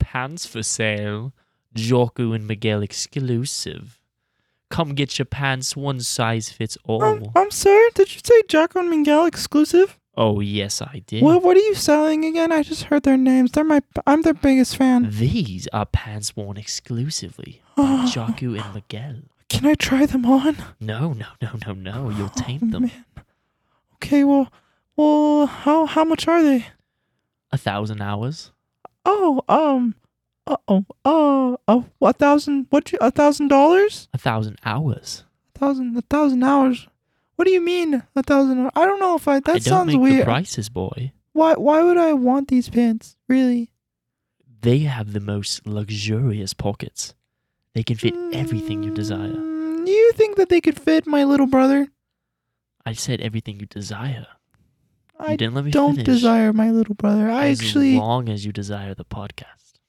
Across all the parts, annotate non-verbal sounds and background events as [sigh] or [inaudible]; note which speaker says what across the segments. Speaker 1: hands for sale. Jorku and Miguel exclusive. Come get your pants one size fits
Speaker 2: I'm,
Speaker 1: all.
Speaker 2: I'm sorry. Did you say Jack and Miguel exclusive?
Speaker 1: Oh, yes, I did.
Speaker 2: Well, what are you selling again? I just heard their names. They're my. I'm their biggest
Speaker 1: Mm.
Speaker 2: fan.
Speaker 1: These are pants worn exclusively by Jorku and Miguel.
Speaker 2: Can I try them on?
Speaker 1: No, no, no, no, no. You'll
Speaker 2: Oh,
Speaker 1: taint them.
Speaker 2: Man. Okay. Well. Well. How how much are they?
Speaker 1: A thousand hours.
Speaker 2: Oh. Um. Uh oh. Uh. Oh. A thousand. What? you- A thousand dollars?
Speaker 1: A thousand hours.
Speaker 2: A thousand. A thousand hours. What do you mean a thousand? I don't know if I. That
Speaker 1: I don't
Speaker 2: sounds
Speaker 1: make the
Speaker 2: weird.
Speaker 1: prices, boy.
Speaker 2: Why? Why would I want these pants? Really?
Speaker 1: They have the most luxurious pockets. They can fit everything you desire.
Speaker 2: Mm, Do you think that they could fit my little brother?
Speaker 1: I said everything you desire.
Speaker 2: I
Speaker 1: you didn't let me
Speaker 2: don't
Speaker 1: finish.
Speaker 2: desire my little brother. I
Speaker 1: as
Speaker 2: actually.
Speaker 1: long as you desire the podcast.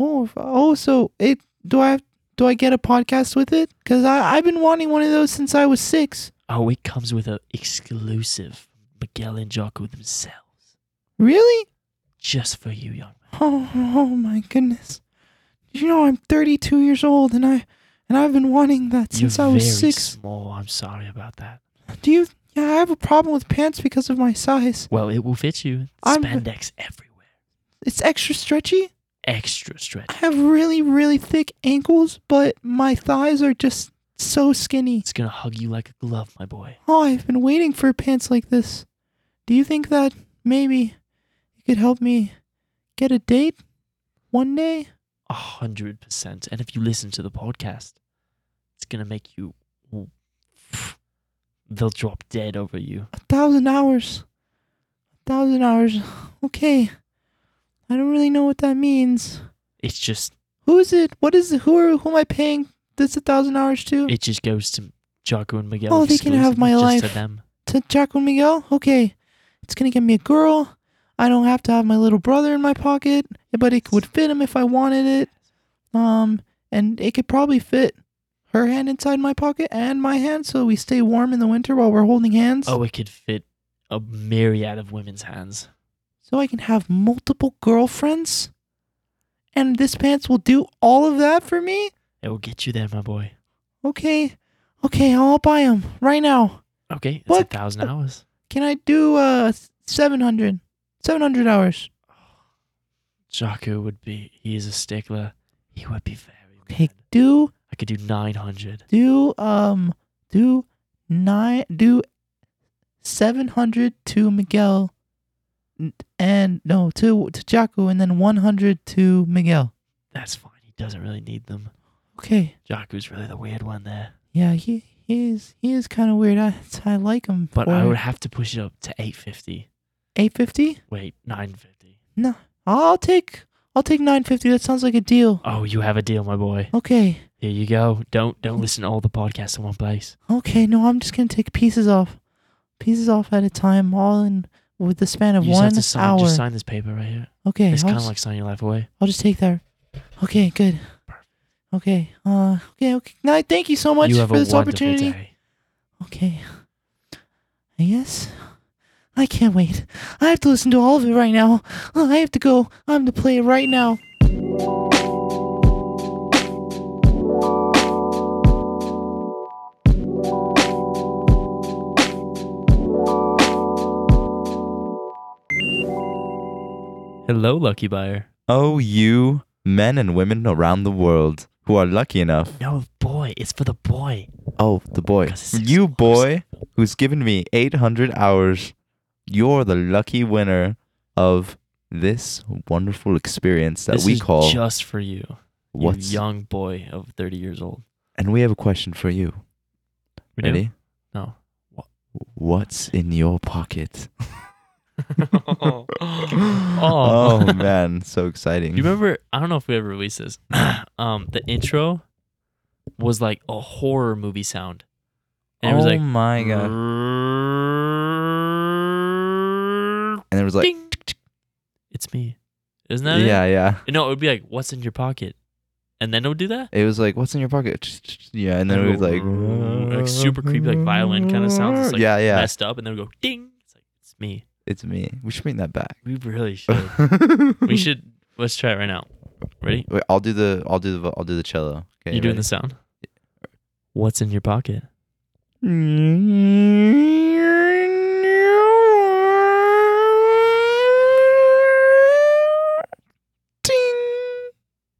Speaker 2: Oh, if- oh, so it do I do I get a podcast with it? Because I I've been wanting one of those since I was six.
Speaker 1: Oh, it comes with an exclusive Miguel and Jocko themselves,
Speaker 2: Really? [laughs]
Speaker 1: just for you, young man.
Speaker 2: Oh, oh my goodness! You know I'm 32 years old, and I and I've been wanting that since
Speaker 1: You're
Speaker 2: I was
Speaker 1: very
Speaker 2: six.
Speaker 1: small. I'm sorry about that.
Speaker 2: Do you? Yeah, I have a problem with pants because of my size.
Speaker 1: Well, it will fit you.
Speaker 2: I'm-
Speaker 1: Spandex everywhere.
Speaker 2: It's extra stretchy.
Speaker 1: Extra stretch.
Speaker 2: I have really really thick ankles, but my thighs are just so skinny.
Speaker 1: It's gonna hug you like a glove, my boy.
Speaker 2: Oh, I've been waiting for pants like this. Do you think that maybe you could help me get a date one day?
Speaker 1: A hundred percent. And if you listen to the podcast, it's gonna make you. [sniffs] They'll drop dead over you.
Speaker 2: A thousand hours. A thousand hours. Okay. I don't really know what that means.
Speaker 1: It's just.
Speaker 2: Who is it? What is it? Who are who am I paying this a thousand hours to?
Speaker 1: It just goes to Jocko and Miguel.
Speaker 2: Oh, they can have
Speaker 1: exclusively,
Speaker 2: my
Speaker 1: just
Speaker 2: life.
Speaker 1: To them.
Speaker 2: to Jacqueline Miguel? Okay. It's gonna get me a girl. I don't have to have my little brother in my pocket, but it would fit him if I wanted it. Um, and it could probably fit her hand inside my pocket and my hand, so we stay warm in the winter while we're holding hands.
Speaker 1: Oh, it could fit a myriad of women's hands.
Speaker 2: So I can have multiple girlfriends. And this pants will do all of that for me.
Speaker 1: It will get you there, my boy.
Speaker 2: Okay, okay, I'll buy them right now.
Speaker 1: Okay, it's a
Speaker 2: What?
Speaker 1: thousand hours.
Speaker 2: Can I do uh 700? 700 hours.
Speaker 1: Jocko would be. He is a stickler. He would be very.
Speaker 2: Okay,
Speaker 1: mad.
Speaker 2: do
Speaker 1: I could do nine hundred.
Speaker 2: do um do nine do 700 to miguel n- and no to to Jaco and then 100 to miguel
Speaker 1: That's fine. He doesn't really need them.
Speaker 2: okay
Speaker 1: Jocko's really the weird one there.
Speaker 2: yeah he he is he is kind of weird i i like him
Speaker 1: But I would have to push it up to eight fifty.
Speaker 2: 850
Speaker 1: Wait, nine fifty.
Speaker 2: i'll take i'll take 950 that sounds like a deal
Speaker 1: Oh, you have a deal, my boy.
Speaker 2: okay
Speaker 1: Here you go. Don't don't listen to all the podcasts in one place.
Speaker 2: okay no i'm just gonna take pieces off pieces off at a time all in with the span of
Speaker 1: You just
Speaker 2: one
Speaker 1: have to sign
Speaker 2: hour
Speaker 1: just sign this paper right here.
Speaker 2: okay
Speaker 1: it's
Speaker 2: I'll
Speaker 1: kinda
Speaker 2: just-
Speaker 1: like signing your life away.
Speaker 2: I'll just take that. Okay, good.
Speaker 1: Perfect.
Speaker 2: Okay. Uh. Okay. Okay. No, thank you so much
Speaker 1: you
Speaker 2: for
Speaker 1: have a
Speaker 2: this
Speaker 1: wonderful
Speaker 2: opportunity.
Speaker 1: day.
Speaker 2: Okay. I guess. I can't wait. I have to listen to all of it right now. I have to go. I am to play it right now.
Speaker 1: Hello, lucky buyer.
Speaker 3: Oh, you men and women around the world who are lucky enough.
Speaker 1: No boy, it's for the boy.
Speaker 3: Oh, the boy.
Speaker 1: Because it's
Speaker 3: You
Speaker 1: exclusive.
Speaker 3: boy who's given me 800 hours. You're the lucky winner of this wonderful experience that
Speaker 1: this
Speaker 3: we
Speaker 1: is
Speaker 3: call
Speaker 1: just for you.
Speaker 3: what's
Speaker 1: you young boy of thirty years old.
Speaker 3: And we have a question for you.
Speaker 1: We do?
Speaker 2: [laughs]
Speaker 3: Ready?
Speaker 1: No.
Speaker 3: What's in your pocket?
Speaker 1: [laughs] oh.
Speaker 3: [laughs] Oh, man, so exciting.
Speaker 1: Do you remember? I don't know if we ever released this. [clears throat] um, the intro was like a horror movie sound, and it was
Speaker 3: oh
Speaker 1: like,
Speaker 3: my god.
Speaker 1: [laughs]
Speaker 3: And it was like
Speaker 1: Ding. it's me, isn't that it?
Speaker 3: Yeah, yeah.
Speaker 1: No, it would be like, "What's in your pocket?" And then it would do that.
Speaker 3: It was like what's in your pocket? Yeah, and then it was like
Speaker 1: Like super creepy, like violin kinda sounds. It's like
Speaker 3: Yeah, yeah.
Speaker 1: Messed up, and then it would go ding. It's like it's me.
Speaker 3: It's me. We should bring that back.
Speaker 2: [laughs]
Speaker 3: [laughs]
Speaker 1: We really should. we should. Let's try it right now. Ready?
Speaker 2: Wait, I'll do the I'll do the vo- I'll do the cello. Okay.
Speaker 1: you doing
Speaker 2: ready?
Speaker 1: the sound? What's in your pocket?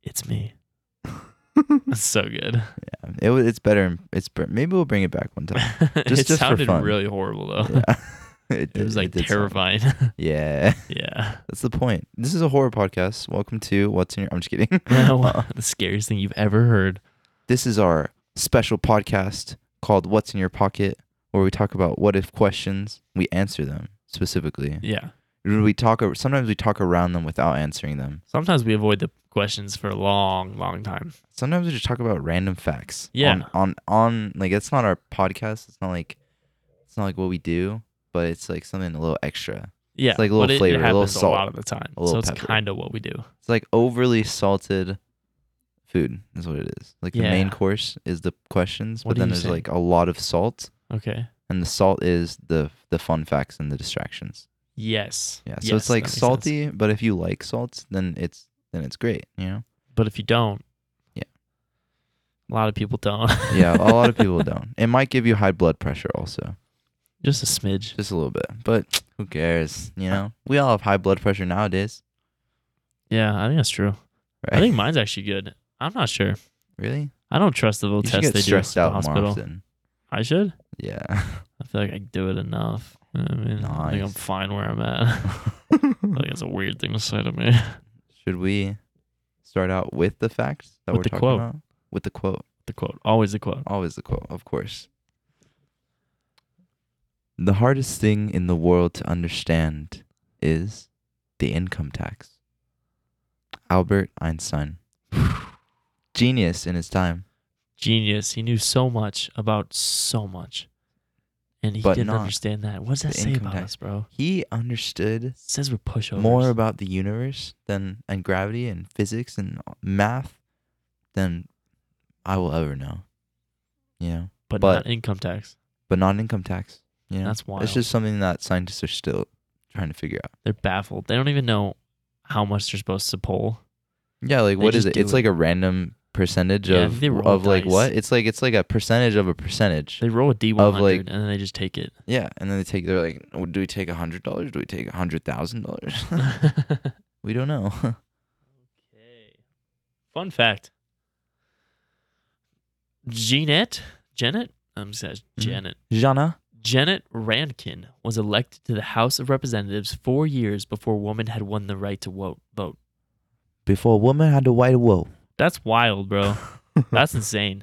Speaker 1: It's
Speaker 2: [laughs]
Speaker 1: me. That's so good.
Speaker 2: It wa- it's better. in- It's better. maybe we'll bring it back
Speaker 1: [laughs]
Speaker 2: one time. Just-
Speaker 1: it
Speaker 2: just for
Speaker 1: sounded
Speaker 2: fun.
Speaker 1: really horrible though.
Speaker 2: Yeah.
Speaker 1: [laughs]
Speaker 2: [laughs]
Speaker 1: It
Speaker 2: did-
Speaker 1: was like
Speaker 2: did sound-
Speaker 1: terrifying.
Speaker 2: [laughs]
Speaker 1: [laughs]
Speaker 2: Yeah,
Speaker 1: yeah. [laughs]
Speaker 2: that's the point. This is a horror podcast. Welcome to what's in your. I'm
Speaker 1: [laughs]
Speaker 2: just kidding.
Speaker 1: the scariest thing you've ever heard.
Speaker 2: [laughs] This is our special podcast called "What's in Your Pocket," where we talk about what if questions. We answer them specifically.
Speaker 1: Yeah.
Speaker 2: We talk. ar- Sometimes we talk around them without answering them.
Speaker 1: Sometimes we avoid the questions for a long, long time.
Speaker 2: Sometimes we just talk about random facts.
Speaker 1: Yeah.
Speaker 2: On on, on like that's not our podcast. It's not like it's not like what we do, but it's like something a little extra.
Speaker 1: Yeah.
Speaker 2: like a little
Speaker 1: but it- it,
Speaker 2: flavor, a little
Speaker 1: happens
Speaker 2: salt,
Speaker 1: lot of the time.
Speaker 2: a
Speaker 1: So
Speaker 2: little
Speaker 1: it's
Speaker 2: pepper.
Speaker 1: kind of what we do.
Speaker 2: It's like overly salted food is what it is. Like the main
Speaker 1: Yeah.
Speaker 2: course is the questions,
Speaker 1: What are
Speaker 2: but then
Speaker 1: you
Speaker 2: there's
Speaker 1: saying?
Speaker 2: like a lot of salt,
Speaker 1: Okay.
Speaker 2: and the salt is the the fun facts and the distractions.
Speaker 1: Yes.
Speaker 2: Yeah. So
Speaker 1: Yes,
Speaker 2: it's like
Speaker 1: that makes sense.
Speaker 2: salty, but if you like salt, then it's then it's great.
Speaker 1: [laughs]
Speaker 2: You know.
Speaker 1: But if you don't,
Speaker 2: Yeah.
Speaker 1: A lot of people don't.
Speaker 2: [laughs] Yeah. a lot
Speaker 1: [laughs]
Speaker 2: of people don't. It might give you high blood pressure also.
Speaker 1: Just a smidge.
Speaker 2: just a little bit. But who cares? You know, we all have high blood pressure nowadays,
Speaker 1: Yeah, I think that's true.
Speaker 2: right?
Speaker 1: I
Speaker 2: [laughs]
Speaker 1: think mine's actually good. I'm not sure.
Speaker 2: really,
Speaker 1: I don't trust the little
Speaker 2: you should
Speaker 1: test
Speaker 2: get
Speaker 1: they do at
Speaker 2: stressed
Speaker 1: the
Speaker 2: out more
Speaker 1: hospital.
Speaker 2: often.
Speaker 1: I should.
Speaker 2: Yeah, [laughs]
Speaker 1: I feel like I do it enough. I mean, I think I'm
Speaker 2: Nice.
Speaker 1: fine where I'm
Speaker 2: [laughs]
Speaker 1: at. I think it's a weird thing to say to me. [laughs]
Speaker 2: should we start out with the facts that
Speaker 1: With
Speaker 2: we're
Speaker 1: the
Speaker 2: talking
Speaker 1: quote.
Speaker 2: about? With the quote,
Speaker 1: The quote, always the quote.
Speaker 2: always the quote, of course. The hardest thing in the world to understand is the income tax. Albert Einstein, [sighs] genius in his time.
Speaker 1: Genius. He knew so much about so much, and he
Speaker 2: But
Speaker 1: didn't
Speaker 2: not
Speaker 1: understand that. What does that
Speaker 2: the
Speaker 1: say
Speaker 2: income
Speaker 1: about
Speaker 2: tax.
Speaker 1: us, bro?
Speaker 2: He understood
Speaker 1: It says we're pushovers.
Speaker 2: more about the universe than and gravity and physics and math than I will ever know. You know,
Speaker 1: but,
Speaker 2: but-
Speaker 1: not income tax.
Speaker 2: but not income tax. You know,
Speaker 1: That's wild.
Speaker 2: It's just something that scientists are still trying to figure out.
Speaker 1: They're baffled. They don't even know how much they're supposed to poll.
Speaker 2: Yeah, like
Speaker 1: They
Speaker 2: what is
Speaker 1: just
Speaker 2: it?
Speaker 1: do
Speaker 2: It's
Speaker 1: it.
Speaker 2: like a random percentage
Speaker 1: Yeah,
Speaker 2: of
Speaker 1: they roll
Speaker 2: of like
Speaker 1: dice.
Speaker 2: what? It's like it's like a percentage of a percentage.
Speaker 1: They roll a D one
Speaker 2: like-
Speaker 1: hundred and then they just take
Speaker 2: [laughs]
Speaker 1: it.
Speaker 2: Yeah, and then they take they're like, oh, do we take a hundred dollars? Do we take a hundred thousand dollars? [laughs]
Speaker 1: okay.
Speaker 2: We don't know.
Speaker 1: Fun fact. Jeanette, Janet, I'm sorry,
Speaker 2: Mhm.
Speaker 1: Janet.
Speaker 2: Jana,
Speaker 1: Janet Rankin was elected to the House of Representatives four years before women had won the right to wo- vote.
Speaker 2: before a woman had to white [laughs] woe.
Speaker 1: That's wild,
Speaker 2: [laughs]
Speaker 1: bro. That's insane.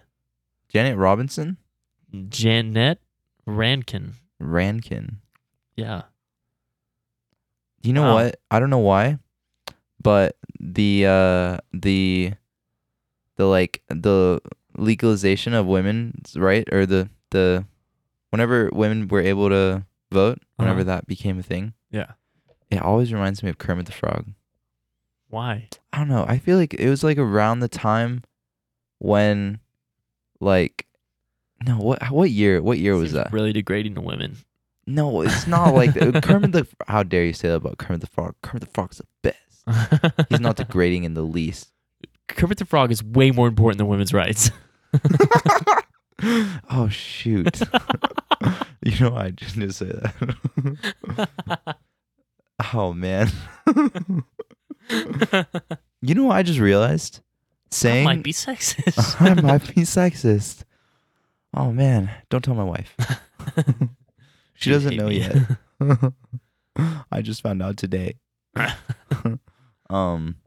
Speaker 2: Janet Robinson,
Speaker 1: Janet Rankin.
Speaker 2: Rankin.
Speaker 1: Yeah.
Speaker 2: You know
Speaker 1: Wow.
Speaker 2: what? I don't know why, but the uh the the like the legalization of women's right or the the whenever women were able to vote, whenever
Speaker 1: Uh-huh.
Speaker 2: that became a thing,
Speaker 1: Yeah.
Speaker 2: it always reminds me of Kermit the Frog.
Speaker 1: Why?
Speaker 2: I don't know. I feel like it was like around the time when like no, what what year? What year was
Speaker 1: Seems
Speaker 2: that?
Speaker 1: Really degrading to women.
Speaker 2: No, it's
Speaker 1: [laughs]
Speaker 2: not like that. Kermit the How dare you say that about Kermit the Frog? Kermit the Frog's the best. [laughs] He's not degrading in the
Speaker 1: [laughs]
Speaker 2: least.
Speaker 1: Kermit the Frog is way more important than women's rights. [laughs]
Speaker 2: oh
Speaker 1: [laughs]
Speaker 2: shoot! you know I just didn't say that. oh man! You know what I just realized? Saying
Speaker 1: I might be sexist.
Speaker 2: [laughs]
Speaker 1: [laughs]
Speaker 2: I might be sexist. Oh man! Don't tell
Speaker 1: [laughs]
Speaker 2: my wife. She
Speaker 1: She'd
Speaker 2: doesn't
Speaker 1: hate
Speaker 2: know
Speaker 1: me. [laughs]
Speaker 2: yet. I just found out today. um,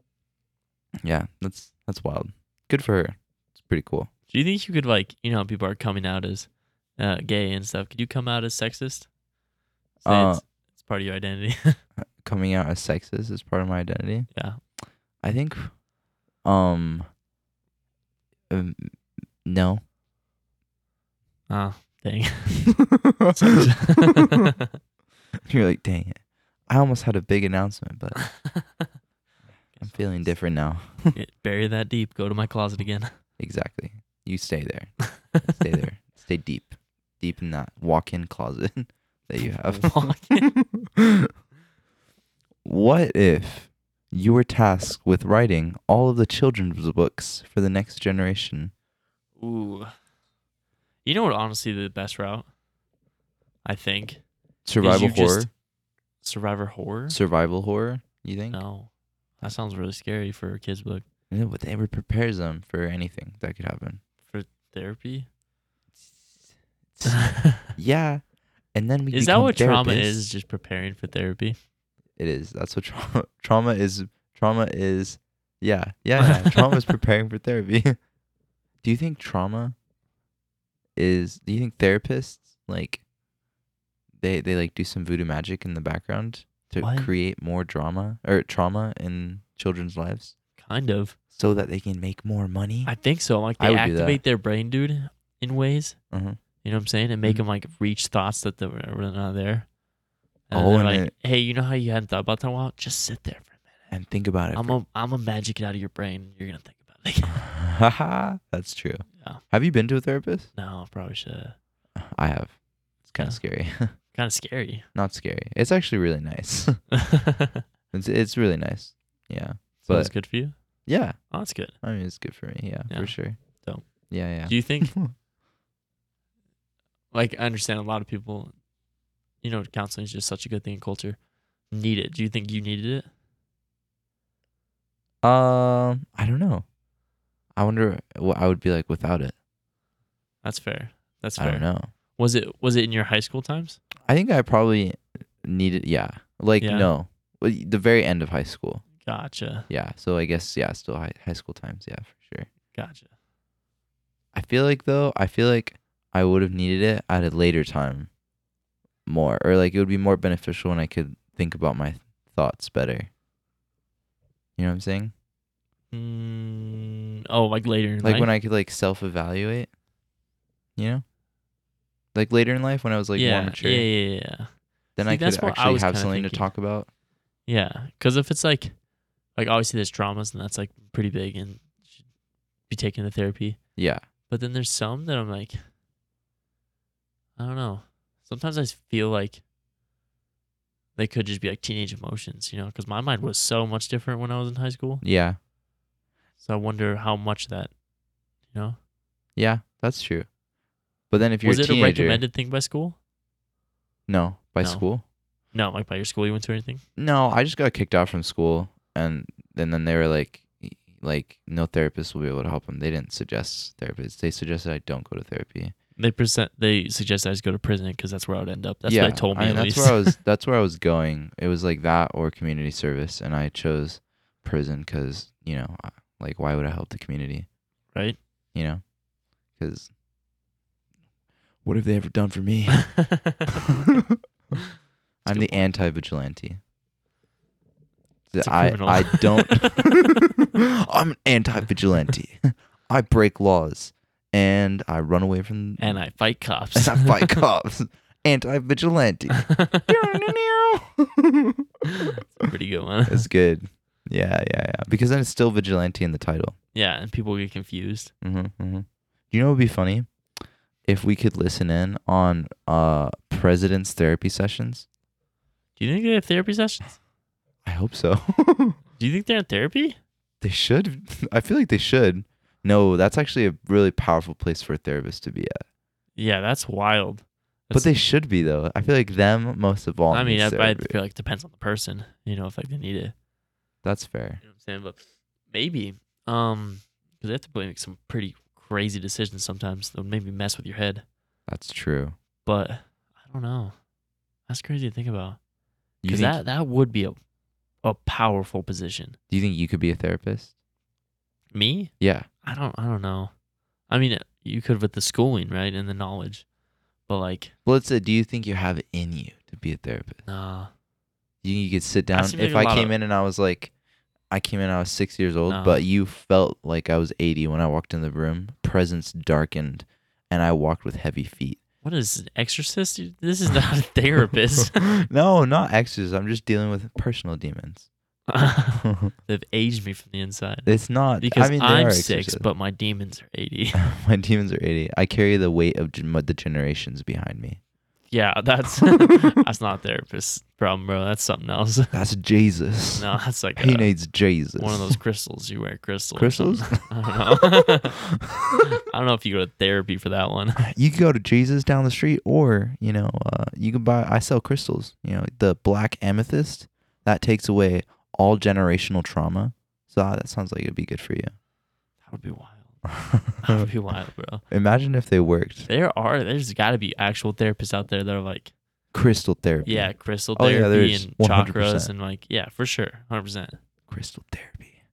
Speaker 2: yeah, that's that's wild. Good for her. It's pretty cool.
Speaker 1: Do you think you could like, you know, how people are coming out as uh, gay and stuff? Could you come out as sexist? Say
Speaker 2: Uh,
Speaker 1: it's, it's part of your identity. [laughs]
Speaker 2: Coming out as sexist is part of my identity.
Speaker 1: yeah.
Speaker 2: I think, um, um, no. [laughs]
Speaker 1: Oh, [laughs] dang.
Speaker 2: You're like, dang it. I almost had a big announcement,
Speaker 1: [laughs]
Speaker 2: but I'm feeling different now.
Speaker 1: It- bury that deep. Go to my closet again.
Speaker 2: Exactly. You stay there. Stay
Speaker 1: [laughs]
Speaker 2: there. Stay deep. Deep in that walk in closet [laughs]
Speaker 1: [laughs]
Speaker 2: that you have.
Speaker 1: Walk
Speaker 2: what if you were tasked with writing all of the children's books for the next generation.
Speaker 1: Ooh. You know what? Honestly, the best route, I think,
Speaker 2: Survival
Speaker 1: you just-
Speaker 2: horror.
Speaker 1: survivor horror.
Speaker 2: Survival horror. You think?
Speaker 1: No, that sounds really scary for a kids' book.
Speaker 2: Yeah, but they ever prepares them for anything that could happen. [laughs]
Speaker 1: Therapy.
Speaker 2: yeah, and then we.
Speaker 1: is that
Speaker 2: become
Speaker 1: what trauma
Speaker 2: therapists.
Speaker 1: is? Just preparing for therapy.
Speaker 2: It is. That's what trauma. [laughs] Trauma is. Trauma is. Yeah, yeah.
Speaker 1: [laughs]
Speaker 2: yeah. trauma is preparing for therapy. [laughs] do you think trauma is? Do you think therapists like? They they like do some voodoo magic in the background to
Speaker 1: What?
Speaker 2: create more drama or trauma in children's lives
Speaker 1: Kind of.
Speaker 2: so that they can make more money.
Speaker 1: I think so. Like
Speaker 2: I
Speaker 1: they
Speaker 2: would do that.
Speaker 1: activate their brain, dude, in ways.
Speaker 2: Uh-huh.
Speaker 1: You know what I'm saying? And make
Speaker 2: Mhm.
Speaker 1: them like reach thoughts that they were were not there. And
Speaker 2: Oh,
Speaker 1: oh, they're
Speaker 2: and
Speaker 1: like,
Speaker 2: it-
Speaker 1: hey, you know how you hadn't thought about that in a while? Just sit there for a
Speaker 2: and think about it.
Speaker 1: minute. I'm gonna, I'm gonna magic it out of your brain. You're gonna think about it. [laughs] again."
Speaker 2: Haha, That's true.
Speaker 1: Yeah.
Speaker 2: Have you been to a therapist?
Speaker 1: no, probably should.
Speaker 2: I have. It's kind
Speaker 1: Yeah.
Speaker 2: of scary. [laughs]
Speaker 1: Kind of scary. [laughs]
Speaker 2: Not scary. It's actually really nice.
Speaker 1: Sounds
Speaker 2: it's it's really nice. Yeah. But
Speaker 1: good for you.
Speaker 2: yeah,
Speaker 1: Oh, that's good.
Speaker 2: I mean it's good for me. Yeah,
Speaker 1: Yeah.
Speaker 2: for sure.
Speaker 1: Dope.
Speaker 2: Yeah,
Speaker 1: Do
Speaker 2: yeah.
Speaker 1: you think?
Speaker 2: You,
Speaker 1: Like, I understand a lot of people. You know, counseling is just such a good thing in culture. Need it? Do you think you needed it?
Speaker 2: [laughs] um, I don't know. I wonder what I would be like without it.
Speaker 1: That's fair. That's
Speaker 2: I
Speaker 1: fair.
Speaker 2: don't know.
Speaker 1: Was it was it in your high school times?
Speaker 2: I think I probably needed. Yeah. Like
Speaker 1: Yeah.
Speaker 2: no, Well, y- the very end of high school.
Speaker 1: Gotcha.
Speaker 2: Yeah. So I guess yeah, still high high school times. Yeah, for sure.
Speaker 1: Gotcha.
Speaker 2: I feel like though, I feel like I would have needed it at a later time more or like it would be more beneficial when I could think about my thoughts better. You know what I'm saying?
Speaker 1: Mm, oh, like later. In
Speaker 2: Like when I could like self-evaluate, you know? Like later in life when I was like
Speaker 1: yeah,
Speaker 2: more mature,
Speaker 1: Yeah, yeah, yeah.
Speaker 2: then
Speaker 1: See,
Speaker 2: I could
Speaker 1: that's what I
Speaker 2: actually
Speaker 1: was
Speaker 2: have
Speaker 1: kinda
Speaker 2: something to
Speaker 1: thinking.
Speaker 2: talk about.
Speaker 1: Yeah, because if it's like, like obviously there's traumas and that's like pretty big and should be taken to therapy.
Speaker 2: Yeah.
Speaker 1: But then there's some that I'm like, I don't know. Sometimes I s- feel like they could just be like teenage emotions, you know? Because my mind was so much different when I was in high school.
Speaker 2: Yeah.
Speaker 1: So I wonder how much that, you know,
Speaker 2: Yeah, that's true. But then if you're
Speaker 1: was
Speaker 2: a
Speaker 1: it
Speaker 2: teenager,
Speaker 1: a recommended thing by school?
Speaker 2: no, by
Speaker 1: No.
Speaker 2: school?
Speaker 1: No, like by your school you went to or anything.
Speaker 2: No, I just got kicked out from school, and and then they were like, like no therapist will be able to help him. They didn't suggest therapists. They suggested I don't go to therapy.
Speaker 1: They present. They suggest I just go to prison because that's where I would end up. That's what they told me.
Speaker 2: I mean,
Speaker 1: at least.
Speaker 2: that's where I was. [laughs] That's where I was going. It was like that or community service, and I chose prison because you know, I- like why would I help the community?
Speaker 1: right.
Speaker 2: You know, because what have they ever done
Speaker 1: [laughs]
Speaker 2: for me? I'm the anti vigilante.
Speaker 1: It's a
Speaker 2: I,
Speaker 1: criminal.
Speaker 2: I don't.
Speaker 1: [laughs]
Speaker 2: [laughs] I'm an anti vigilante. I break laws and I run away from.
Speaker 1: [laughs] and I fight cops.
Speaker 2: [laughs] and I fight cops.
Speaker 1: [laughs]
Speaker 2: Anti [laughs] vigilante.
Speaker 1: Pretty good one.
Speaker 2: That's good. Yeah, yeah, yeah. Because then it's still vigilante in the title.
Speaker 1: Yeah, and people get confused.
Speaker 2: Mm-hmm, mm-hmm. You know what would be funny? If we could listen in on uh, president's therapy sessions.
Speaker 1: Do you think they have therapy sessions?
Speaker 2: I hope so. [laughs]
Speaker 1: Do you think they're in therapy?
Speaker 2: They should. I feel like they should. No, that's actually a really powerful place for a therapist to be at.
Speaker 1: Yeah, that's wild.
Speaker 2: But they should be though. I feel like them most of all.
Speaker 1: I mean,
Speaker 2: needs
Speaker 1: I, I
Speaker 2: therapy.
Speaker 1: feel like it depends on the person. You know, if like they need it.
Speaker 2: that's fair.
Speaker 1: You know what I'm saying? But maybe, um, because they have to make some pretty crazy decisions sometimes that would maybe mess with your head.
Speaker 2: That's true.
Speaker 1: But I don't know. That's crazy to think about.
Speaker 2: You
Speaker 1: Because
Speaker 2: think,
Speaker 1: that that would be a a powerful position.
Speaker 2: do you think you could be a therapist?
Speaker 1: Me?
Speaker 2: Yeah.
Speaker 1: I don't I don't know. I mean, you could with the schooling, right, and the knowledge, but like,
Speaker 2: Well, let's say, do you think you have it in you to be a therapist?
Speaker 1: nah,
Speaker 2: You think you could sit down.
Speaker 1: seem like
Speaker 2: If
Speaker 1: a
Speaker 2: I
Speaker 1: lot
Speaker 2: came
Speaker 1: of-
Speaker 2: in and I was like, I came in, I was six years old,
Speaker 1: No.
Speaker 2: but you felt like I was eighty when I walked in the room. Presence darkened, and I walked with heavy feet. [laughs]
Speaker 1: what is this, an exorcist? You- This is not a therapist. [laughs]
Speaker 2: no, not exes. I'm just dealing with personal demons. [laughs]
Speaker 1: They've aged me from the inside
Speaker 2: it's not
Speaker 1: because
Speaker 2: I mean, they
Speaker 1: I'm
Speaker 2: are
Speaker 1: six,
Speaker 2: [laughs] exorcists.
Speaker 1: but my
Speaker 2: [laughs]
Speaker 1: demons are eighty.
Speaker 2: my demons are eighty. I carry the weight of gen- the generations behind me.
Speaker 1: yeah,
Speaker 2: [laughs]
Speaker 1: that's that's not a therapist problem, bro. That's something else. [laughs]
Speaker 2: That's Jesus.
Speaker 1: No, that's like
Speaker 2: [laughs] He
Speaker 1: a-
Speaker 2: needs Jesus.
Speaker 1: one of
Speaker 2: [laughs]
Speaker 1: those crystals. You wear crystals.
Speaker 2: Crystals?
Speaker 1: [laughs] I don't know. [laughs] I don't know if you go to therapy for that one.
Speaker 2: [laughs]
Speaker 1: [laughs]
Speaker 2: you could go to Jesus down the street, or you know, uh, you could buy. I sell crystals. You know, the black amethyst that takes away all generational trauma. So ah, that sounds like it'd be good [laughs] for
Speaker 1: That would be wild. That
Speaker 2: you.
Speaker 1: would be wild, bro.
Speaker 2: Imagine if they worked
Speaker 1: There are there's got to be actual therapists out there that are like,
Speaker 2: crystal therapy.
Speaker 1: yeah, crystal
Speaker 2: Oh, yeah,
Speaker 1: therapy
Speaker 2: there's
Speaker 1: and
Speaker 2: 100%.
Speaker 1: chakras and like, yeah, for sure, hundred percent.
Speaker 2: crystal therapy.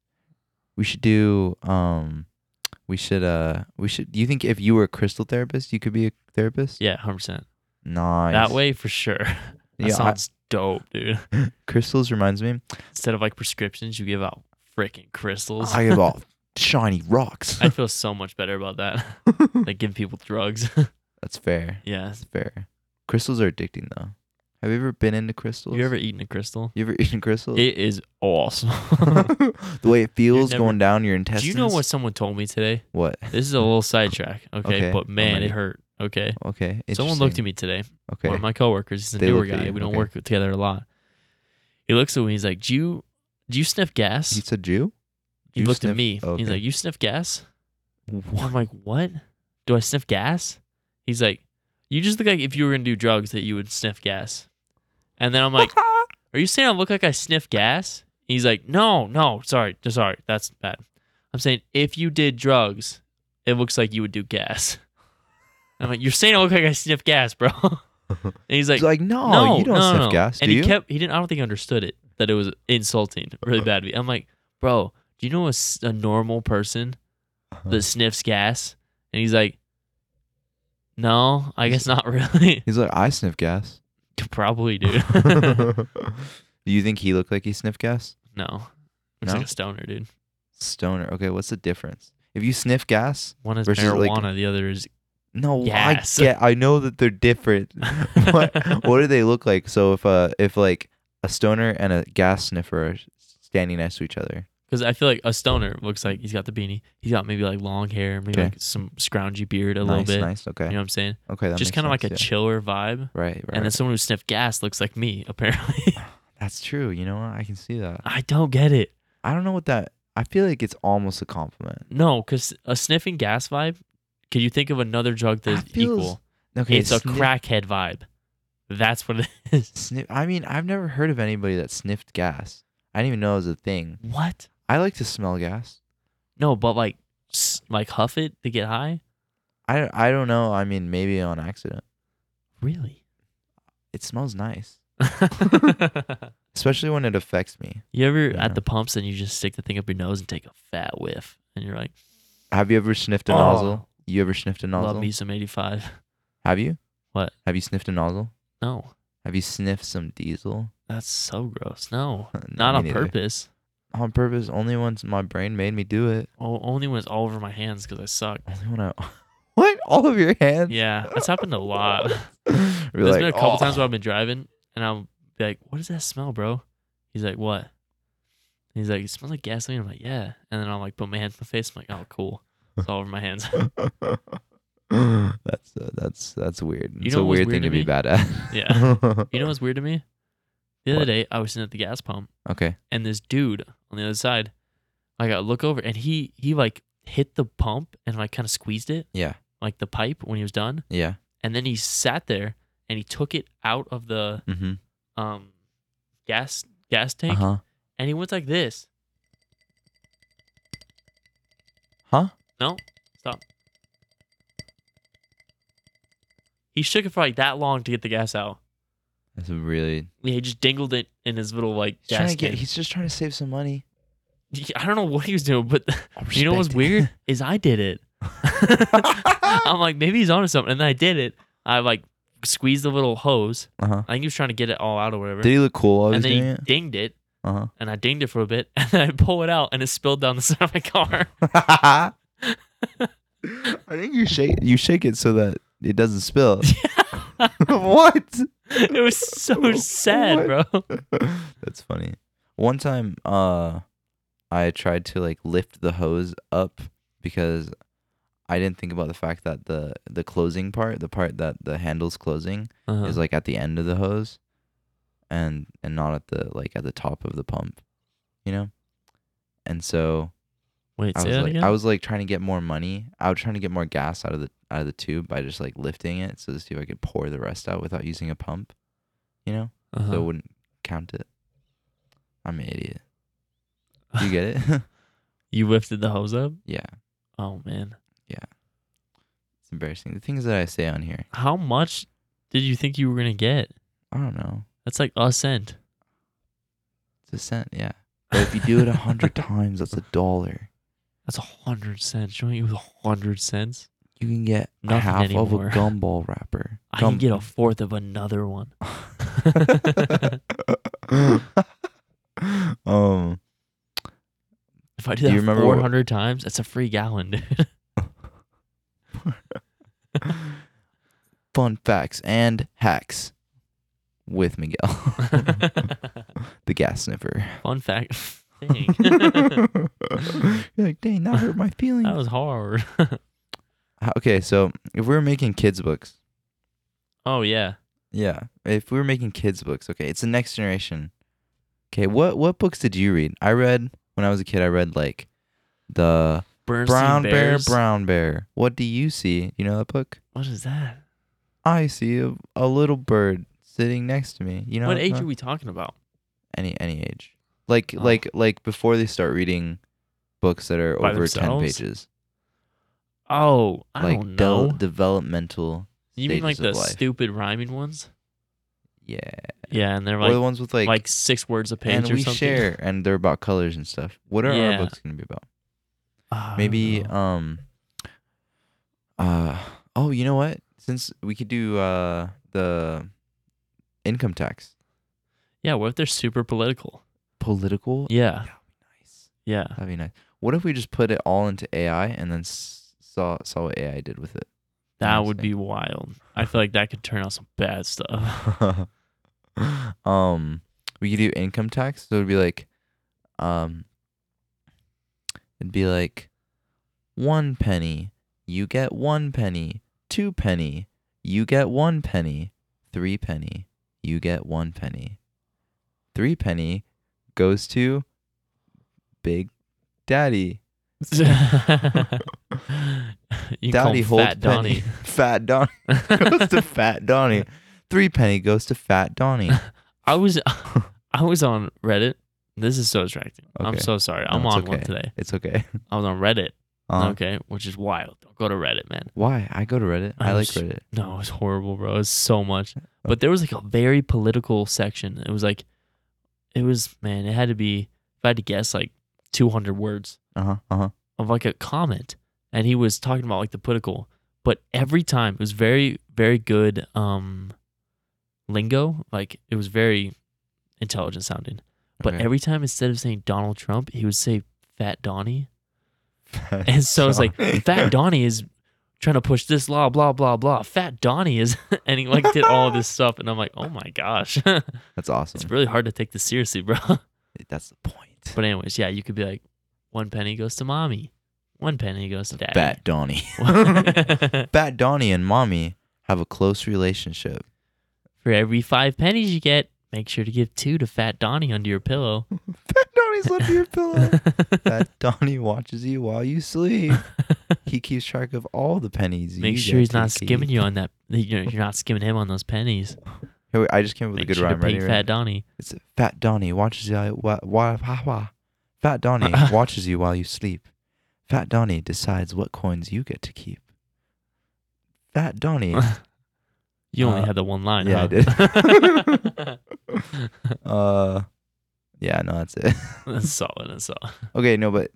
Speaker 2: We should do. Um, we should. Uh, we should. You think if you were a crystal therapist, you could be a therapist?
Speaker 1: Yeah, hundred percent.
Speaker 2: Nice.
Speaker 1: That way for sure. [laughs] That
Speaker 2: Yeah, I-
Speaker 1: sounds dope, dude.
Speaker 2: crystals reminds me.
Speaker 1: Instead of like prescriptions, you give out freaking crystals. [laughs]
Speaker 2: I give off shiny rocks.
Speaker 1: I feel so much better about
Speaker 2: [laughs]
Speaker 1: that. like give people drugs. [laughs]
Speaker 2: That's fair.
Speaker 1: yeah.
Speaker 2: That's fair. Crystals are addicting though. Have you ever been into crystals?
Speaker 1: You ever eaten a crystal?
Speaker 2: You ever [laughs] eaten crystals?
Speaker 1: It is awesome. [laughs]
Speaker 2: the way it feels
Speaker 1: never-
Speaker 2: going down your
Speaker 1: Do
Speaker 2: intestines.
Speaker 1: you know what someone told me today?
Speaker 2: What?
Speaker 1: This is a little sidetrack, okay?
Speaker 2: Okay,
Speaker 1: But
Speaker 2: I'm
Speaker 1: man,
Speaker 2: ready.
Speaker 1: it hurt. Okay.
Speaker 2: Okay.
Speaker 1: Someone looked at me today.
Speaker 2: Okay.
Speaker 1: One of my coworkers. He's a
Speaker 2: They
Speaker 1: newer
Speaker 2: looked at
Speaker 1: guy.
Speaker 2: you,
Speaker 1: We don't
Speaker 2: okay.
Speaker 1: work together a lot. He looks at me. He's like, "Do you, do you sniff gas?"
Speaker 2: He's a Jew.
Speaker 1: he
Speaker 2: you
Speaker 1: looked
Speaker 2: sniff-
Speaker 1: at me.
Speaker 2: oh,
Speaker 1: He's
Speaker 2: okay.
Speaker 1: like, "You sniff gas?" I'm like, "What? Do I sniff gas?" He's like, "You just look like if you were gonna do drugs that you would sniff gas." And then I'm like, "Are you saying I look like I sniff gas?" He's like, "No, no, sorry, sorry, that's bad." I'm saying if you did drugs, it looks like you would do gas. I'm like, "You're saying I look like I sniff gas, bro." [laughs] And he's like,
Speaker 2: [laughs] He's like, no,
Speaker 1: no,
Speaker 2: Oh, you don't
Speaker 1: no,
Speaker 2: sniff
Speaker 1: no.
Speaker 2: gas, do
Speaker 1: and
Speaker 2: you?
Speaker 1: he kept he didn't. I don't think he understood it that it was insulting really bad. I'm like, bro, do you know a, s- a normal person that sniffs gas? And he's like, no, I guess not really.
Speaker 2: [laughs]
Speaker 1: [laughs]
Speaker 2: He's like, I sniff gas.
Speaker 1: Probably, [laughs]
Speaker 2: [laughs]
Speaker 1: dude. no,
Speaker 2: do you think he looked like he sniffed gas?
Speaker 1: looks
Speaker 2: No?
Speaker 1: like a stoner, dude.
Speaker 2: Stoner. Okay, what's the difference? If you sniff gas,
Speaker 1: One is
Speaker 2: Versus, like-
Speaker 1: marijuana, the other is
Speaker 2: no,
Speaker 1: Gas.
Speaker 2: I get. I know that
Speaker 1: [laughs]
Speaker 2: they're different. what What do they look like? So if uh if like a stoner and a gas sniffer are standing next to each other,
Speaker 1: Because I feel like a stoner looks like he's got the beanie. He's got maybe like long hair, maybe
Speaker 2: Okay.
Speaker 1: like some scroungy beard a little
Speaker 2: nice,
Speaker 1: bit.
Speaker 2: nice. Okay,
Speaker 1: You know what I'm saying?
Speaker 2: okay, that
Speaker 1: Just
Speaker 2: kind of
Speaker 1: like a chiller vibe.
Speaker 2: Right, right.
Speaker 1: And then someone who sniffed gas looks like me, [laughs] apparently.
Speaker 2: That's true. You know what? I can see that.
Speaker 1: I don't get it.
Speaker 2: I don't know what that. I feel like it's almost a compliment.
Speaker 1: No, because a sniffing gas vibe, can you think of another drug that's
Speaker 2: That feels-
Speaker 1: equal?
Speaker 2: Okay,
Speaker 1: it's a
Speaker 2: sniff-
Speaker 1: crackhead vibe. That's what it [laughs] is.
Speaker 2: Sniff. I mean, I've never heard of anybody that sniffed gas. I didn't even know it was a thing.
Speaker 1: What?
Speaker 2: I like to smell gas.
Speaker 1: No, but like, s- like huff it to get high?
Speaker 2: I, I don't know. I mean, maybe on accident.
Speaker 1: Really? [laughs]
Speaker 2: It smells nice,
Speaker 1: you
Speaker 2: especially when it affects me.
Speaker 1: ever
Speaker 2: Yeah.
Speaker 1: at the pumps and you just stick the thing up your nose and take a fat whiff? And you're like,
Speaker 2: Have you ever sniffed a
Speaker 1: Oh.
Speaker 2: nozzle? You ever sniffed a nozzle?
Speaker 1: love me some 85.
Speaker 2: Have you?
Speaker 1: What?
Speaker 2: Have you sniffed a nozzle?
Speaker 1: [laughs] No,
Speaker 2: Have you sniffed some diesel? [laughs]
Speaker 1: that's so gross. No,
Speaker 2: No,
Speaker 1: not
Speaker 2: me
Speaker 1: on
Speaker 2: neither.
Speaker 1: purpose.
Speaker 2: On purpose. Only once my brain made me do it.
Speaker 1: Oh, only when it's all over my hands because I suck.
Speaker 2: Only when I. [laughs] What? All of your hands? [laughs] "Oh."
Speaker 1: Yeah, that's happened a lot. [laughs]
Speaker 2: There's
Speaker 1: There's been a couple times where I've been driving and I'll be like, "What does that smell, bro?" He's like, "What?" And he's like, "It smells like gasoline." I'm like, "Yeah," and then I'll like put my hands in my face. I'm like, "Oh, cool." It's all over my hands. [laughs]
Speaker 2: [laughs] that's uh, that's that's weird. it's
Speaker 1: know
Speaker 2: a
Speaker 1: what was
Speaker 2: weird
Speaker 1: weird
Speaker 2: thing
Speaker 1: to
Speaker 2: to be
Speaker 1: me?
Speaker 2: bad at. [laughs]
Speaker 1: Yeah. You know what's weird to me? The other
Speaker 2: What?
Speaker 1: day, I was sitting at the gas pump,
Speaker 2: okay.
Speaker 1: and this dude on the other side, like, I look over, and he he like hit the pump and like kind of squeezed it,
Speaker 2: Yeah.
Speaker 1: like the pipe when he was done,
Speaker 2: Yeah.
Speaker 1: and then he sat there and he took it out of the
Speaker 2: Mm-hmm.
Speaker 1: um gas gas
Speaker 2: Uh
Speaker 1: tank,
Speaker 2: huh.
Speaker 1: and he went like this.
Speaker 2: Huh?
Speaker 1: No, stop. He shook it for like that long to get the gas out.
Speaker 2: That's a really.
Speaker 1: Yeah, he just dingled it in his little like
Speaker 2: He's trying
Speaker 1: gas
Speaker 2: to get.
Speaker 1: can.
Speaker 2: He's just trying to save some money.
Speaker 1: Yeah, I don't know what he was doing, but [laughs]
Speaker 2: I
Speaker 1: you know what's
Speaker 2: respect it. [laughs]
Speaker 1: weird is I did it. [laughs] I'm like maybe he's onto something, and then I did it. I like squeezed the little hose.
Speaker 2: Uh-huh.
Speaker 1: I think he was trying to get it all out or whatever.
Speaker 2: Did he look cool while he
Speaker 1: and
Speaker 2: was
Speaker 1: then
Speaker 2: doing
Speaker 1: he
Speaker 2: it?
Speaker 1: dinged it,
Speaker 2: Uh
Speaker 1: and I dinged it for a bit, [laughs] and then I pull it out, and it spilled down the side of my car. [laughs]
Speaker 2: huh. Uh-huh. I think you shake. You shake it so that it doesn't spill.
Speaker 1: [laughs]
Speaker 2: [laughs] what?
Speaker 1: it was
Speaker 2: [laughs]
Speaker 1: so sad, bro.
Speaker 2: That's funny. One time, uh, I tried to like lift the hose up because I didn't think about the fact that the the closing part, the part that the handle's closing,
Speaker 1: Uh-huh.
Speaker 2: is like at the end of the hose, and and not at the like at the top of the pump, you know. And so
Speaker 1: Wait,
Speaker 2: I
Speaker 1: say
Speaker 2: was
Speaker 1: that
Speaker 2: like,
Speaker 1: again.
Speaker 2: I was like trying to get more money. I was trying to get more gas out of the out of the tube by just like lifting it, so to see if I could pour the rest out without using a pump, you know,
Speaker 1: uh-huh.
Speaker 2: so it wouldn't count it. I'm an idiot. You get it? [laughs]
Speaker 1: [laughs] you lifted the hose up.
Speaker 2: yeah,
Speaker 1: Oh man,
Speaker 2: it's embarrassing. The things that I say on here,
Speaker 1: how much did you think you were gonna get?
Speaker 2: I don't know.
Speaker 1: That's like a cent.
Speaker 2: It's a cent, yeah. But if you do it a hundred times, that's a dollar.
Speaker 1: [laughs] that's a hundred cents. You want you a hundred cents?
Speaker 2: You can get
Speaker 1: Nothing
Speaker 2: half of
Speaker 1: anymore. [laughs]
Speaker 2: a gumball wrapper.
Speaker 1: I can
Speaker 2: Gum-
Speaker 1: get a fourth of another
Speaker 2: [laughs]
Speaker 1: one.
Speaker 2: [laughs] um,
Speaker 1: If I do
Speaker 2: Do
Speaker 1: that
Speaker 2: you remember what-
Speaker 1: four hundred times, that's a free gallon,
Speaker 2: [laughs]
Speaker 1: dude.
Speaker 2: fun facts and hacks
Speaker 1: [laughs]
Speaker 2: with Miguel, [laughs] the gas sniffer.
Speaker 1: Fun
Speaker 2: [laughs]
Speaker 1: fact. Dang. [laughs] that
Speaker 2: You're like, dang, that hurt my feelings.
Speaker 1: was hard.
Speaker 2: okay, so if we were making kids books,
Speaker 1: Oh yeah.
Speaker 2: yeah, if we were making kids books, okay, it's the next generation. Okay, what what books did you read? I read when I was a kid. I read like the
Speaker 1: Bernstein
Speaker 2: Brown Bear,
Speaker 1: Bears.
Speaker 2: Brown Bear. What do you see? You know that book?
Speaker 1: What is that?
Speaker 2: I see a, a little bird sitting next to me. You know
Speaker 1: what age
Speaker 2: uh,
Speaker 1: are we talking about?
Speaker 2: Any any age. Like
Speaker 1: Oh.
Speaker 2: like like before they start reading books that are
Speaker 1: By
Speaker 2: over ten
Speaker 1: themselves?
Speaker 2: pages.
Speaker 1: Oh, I
Speaker 2: like
Speaker 1: don't know.
Speaker 2: del- developmental.
Speaker 1: you mean like the
Speaker 2: stages of life.
Speaker 1: stupid rhyming ones?
Speaker 2: Yeah.
Speaker 1: Yeah, and they're
Speaker 2: or
Speaker 1: like
Speaker 2: the ones with like,
Speaker 1: like, six words a page
Speaker 2: and
Speaker 1: or
Speaker 2: we
Speaker 1: something.
Speaker 2: share and they're about colors and stuff. What are
Speaker 1: Yeah.
Speaker 2: our books gonna be about?
Speaker 1: Ah, I don't
Speaker 2: Maybe
Speaker 1: know.
Speaker 2: um uh oh, you know what? Since we could do uh the income tax.
Speaker 1: yeah. What if they're super political?
Speaker 2: political.
Speaker 1: Yeah,
Speaker 2: Nice.
Speaker 1: yeah.
Speaker 2: That'd be nice. What if we just put it all into AI and then s- saw saw what AI did with it?
Speaker 1: That would be wild. I feel like that could turn out some bad stuff. [laughs]
Speaker 2: [laughs] um, we could do income tax. So it'd be like, um, it'd be like, one penny, you get one penny. Two penny, you get one penny. Three penny, you get one penny. Three penny goes to Big Daddy.
Speaker 1: you can call
Speaker 2: Daddy
Speaker 1: him
Speaker 2: holds
Speaker 1: Fat Donnie.
Speaker 2: [laughs] Fat Donnie
Speaker 1: [laughs]
Speaker 2: goes to Fat Donnie. Three penny goes to
Speaker 1: [laughs]
Speaker 2: Fat Donnie.
Speaker 1: I was I was on Reddit. This is so distracting. I'm
Speaker 2: Okay.
Speaker 1: so sorry.
Speaker 2: No,
Speaker 1: I'm
Speaker 2: it's
Speaker 1: on one
Speaker 2: okay.
Speaker 1: today.
Speaker 2: It's okay.
Speaker 1: I was on Reddit.
Speaker 2: Um,
Speaker 1: Okay, which is wild. Don't go to Reddit, man.
Speaker 2: Why? I go to Reddit. I
Speaker 1: I'm
Speaker 2: like
Speaker 1: sh-
Speaker 2: Reddit.
Speaker 1: No, it was horrible, bro. It was so much. But there was like a very political section. It was like, it was man. It had to be. If I had to guess, like 200 words
Speaker 2: Uh huh. Uh [laughs] huh.
Speaker 1: of like a comment, and he was talking about like the political. But every time it was very, very good um, lingo. Like it was very intelligent sounding. But every time instead of saying Donald Trump, he would say Fat Donnie. And so it's like, Fat Donnie is trying to push this law, blah, blah, blah. Fat Donnie is, [laughs] and he like did all this stuff. And I'm like, oh my gosh,
Speaker 2: [laughs]
Speaker 1: [laughs]
Speaker 2: That's awesome.
Speaker 1: it's really hard to take this seriously, bro. [laughs]
Speaker 2: That's the point.
Speaker 1: But, anyways, yeah, you could be like, one penny goes to mommy, one penny goes to daddy.
Speaker 2: Fat Donnie. [laughs]
Speaker 1: [laughs] Bat.
Speaker 2: Fat Donnie and mommy have a close [laughs] relationship.
Speaker 1: For every five pennies you get, make sure to give two to Fat Donnie under your pillow.
Speaker 2: Fat Donnie's under [laughs] your pillow.
Speaker 1: [laughs]
Speaker 2: Fat Donnie watches you while you sleep. He keeps track of all the pennies.
Speaker 1: Make
Speaker 2: you
Speaker 1: sure he's
Speaker 2: get to
Speaker 1: not
Speaker 2: keep.
Speaker 1: skimming you on that. You know, you're not skimming him on those pennies.
Speaker 2: Hey, wait, I just came up with
Speaker 1: Make
Speaker 2: a good
Speaker 1: sure
Speaker 2: rhyme.
Speaker 1: to
Speaker 2: Ready?
Speaker 1: ping
Speaker 2: Ready?
Speaker 1: Fat Donnie.
Speaker 2: It's Fat Donnie watches you while, while, ha, ha. Fat Donnie [laughs] watches you while you sleep. Fat Donnie decides what coins you get to keep. Fat [laughs] Donnie.
Speaker 1: You only
Speaker 2: Uh,
Speaker 1: had the one line.
Speaker 2: yeah, I
Speaker 1: huh?
Speaker 2: did. uh, yeah, no, that's it.
Speaker 1: [laughs]
Speaker 2: [laughs]
Speaker 1: that's solid. That's solid.
Speaker 2: okay, no, but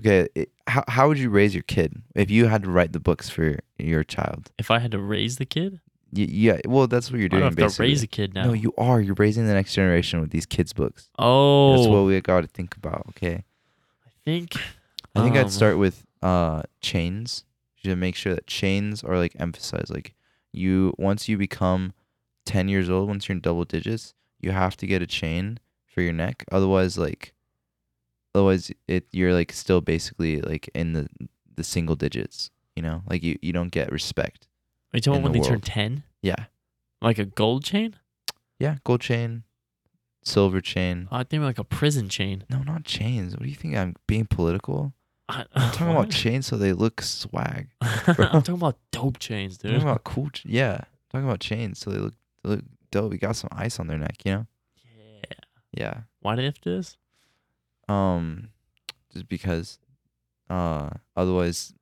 Speaker 2: okay, it, how how would you raise your kid if you had to write the books for your child?
Speaker 1: If I had to raise the kid,
Speaker 2: Y- yeah, well, that's what you're
Speaker 1: I
Speaker 2: doing.
Speaker 1: don't have
Speaker 2: basically.
Speaker 1: to raise a kid now.
Speaker 2: No, you are. You're raising the next generation with these kids' books.
Speaker 1: oh,
Speaker 2: That's what we got to think about. Okay.
Speaker 1: I think.
Speaker 2: I think
Speaker 1: Um,
Speaker 2: I'd start with uh chains. You should make sure that chains are like emphasized. Like you once you become ten years old, once you're in double digits, you have to get a chain for your neck. Otherwise, like otherwise it you're like still basically like in the the single digits. You know, like you, you don't get respect.
Speaker 1: Are you talking
Speaker 2: in
Speaker 1: about when they
Speaker 2: the
Speaker 1: turn 10?
Speaker 2: world. Yeah,
Speaker 1: Like a gold chain?
Speaker 2: yeah. Gold chain, silver chain.
Speaker 1: Oh, I think like a prison chain.
Speaker 2: No, not chains. What do you think? I'm being political.
Speaker 1: I'm
Speaker 2: I'm talking
Speaker 1: [laughs]
Speaker 2: about chains so they look swag. bro.
Speaker 1: I'm talking about dope chains,
Speaker 2: I'm
Speaker 1: dude.
Speaker 2: talking about cool. Ch- yeah, I'm talking about chains so they look they look dope. You got some ice on their neck, you know?
Speaker 1: yeah.
Speaker 2: Yeah.
Speaker 1: Why did they have to do this?
Speaker 2: Um, just because, uh, otherwise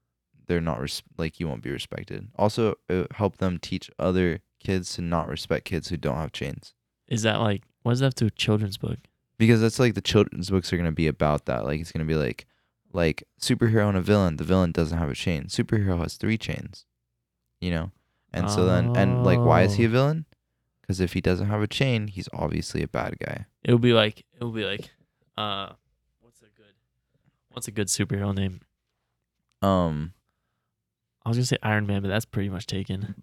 Speaker 2: they're not res- like you won't be respected. Also, it help them teach other kids to not respect kids who don't have chains.
Speaker 1: Is that like what does that have to do with children's book?
Speaker 2: because that's like the children's books are gonna be about that. Like it's gonna be like like superhero and a villain. The villain doesn't have a chain. Superhero has three chains, you know. And so then and like why is he a
Speaker 1: Oh.
Speaker 2: villain? Because if he doesn't have a chain, he's obviously a bad guy.
Speaker 1: It would be like it would be like uh what's a good what's a good superhero name?
Speaker 2: Um, [laughs]
Speaker 1: I was gonna say Iron Man, but that's pretty much taken.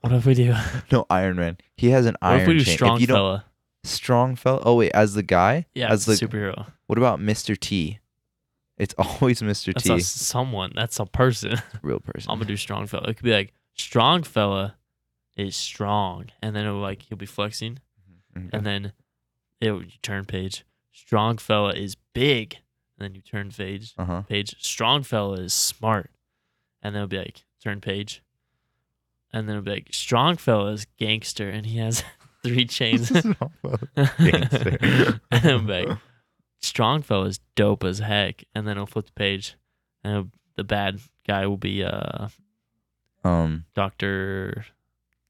Speaker 1: What if we do
Speaker 2: no Iron Man. He has an
Speaker 1: What
Speaker 2: iron
Speaker 1: if we do
Speaker 2: chain.
Speaker 1: strong
Speaker 2: if you don't
Speaker 1: fella?
Speaker 2: strong fella. Oh wait, as the guy.
Speaker 1: Yeah,
Speaker 2: As the
Speaker 1: superhero.
Speaker 2: what about Mr. T? It's [laughs] always Mr.
Speaker 1: That's
Speaker 2: T,
Speaker 1: not someone. That's a person. [laughs]
Speaker 2: real person.
Speaker 1: I'm gonna
Speaker 2: [laughs]
Speaker 1: do strong fella. It could be like strong fella is strong, and then it'll like he'll be flexing,
Speaker 2: Mhm.
Speaker 1: and then it would you turn page. Strong fella is big, and then you turn page.
Speaker 2: uh-huh.
Speaker 1: Page. Strong fella is smart, and then it'll be like turn page, and then it'll be like strong fella is gangster, and he has [laughs] three
Speaker 2: [laughs]
Speaker 1: chains.
Speaker 2: Strong fella,
Speaker 1: [laughs] and
Speaker 2: gangster.
Speaker 1: then it'll be like strong fella is dope as heck, and then it'll flip the page, and it'll- the bad guy will be uh.
Speaker 2: [laughs] um.
Speaker 1: Doctor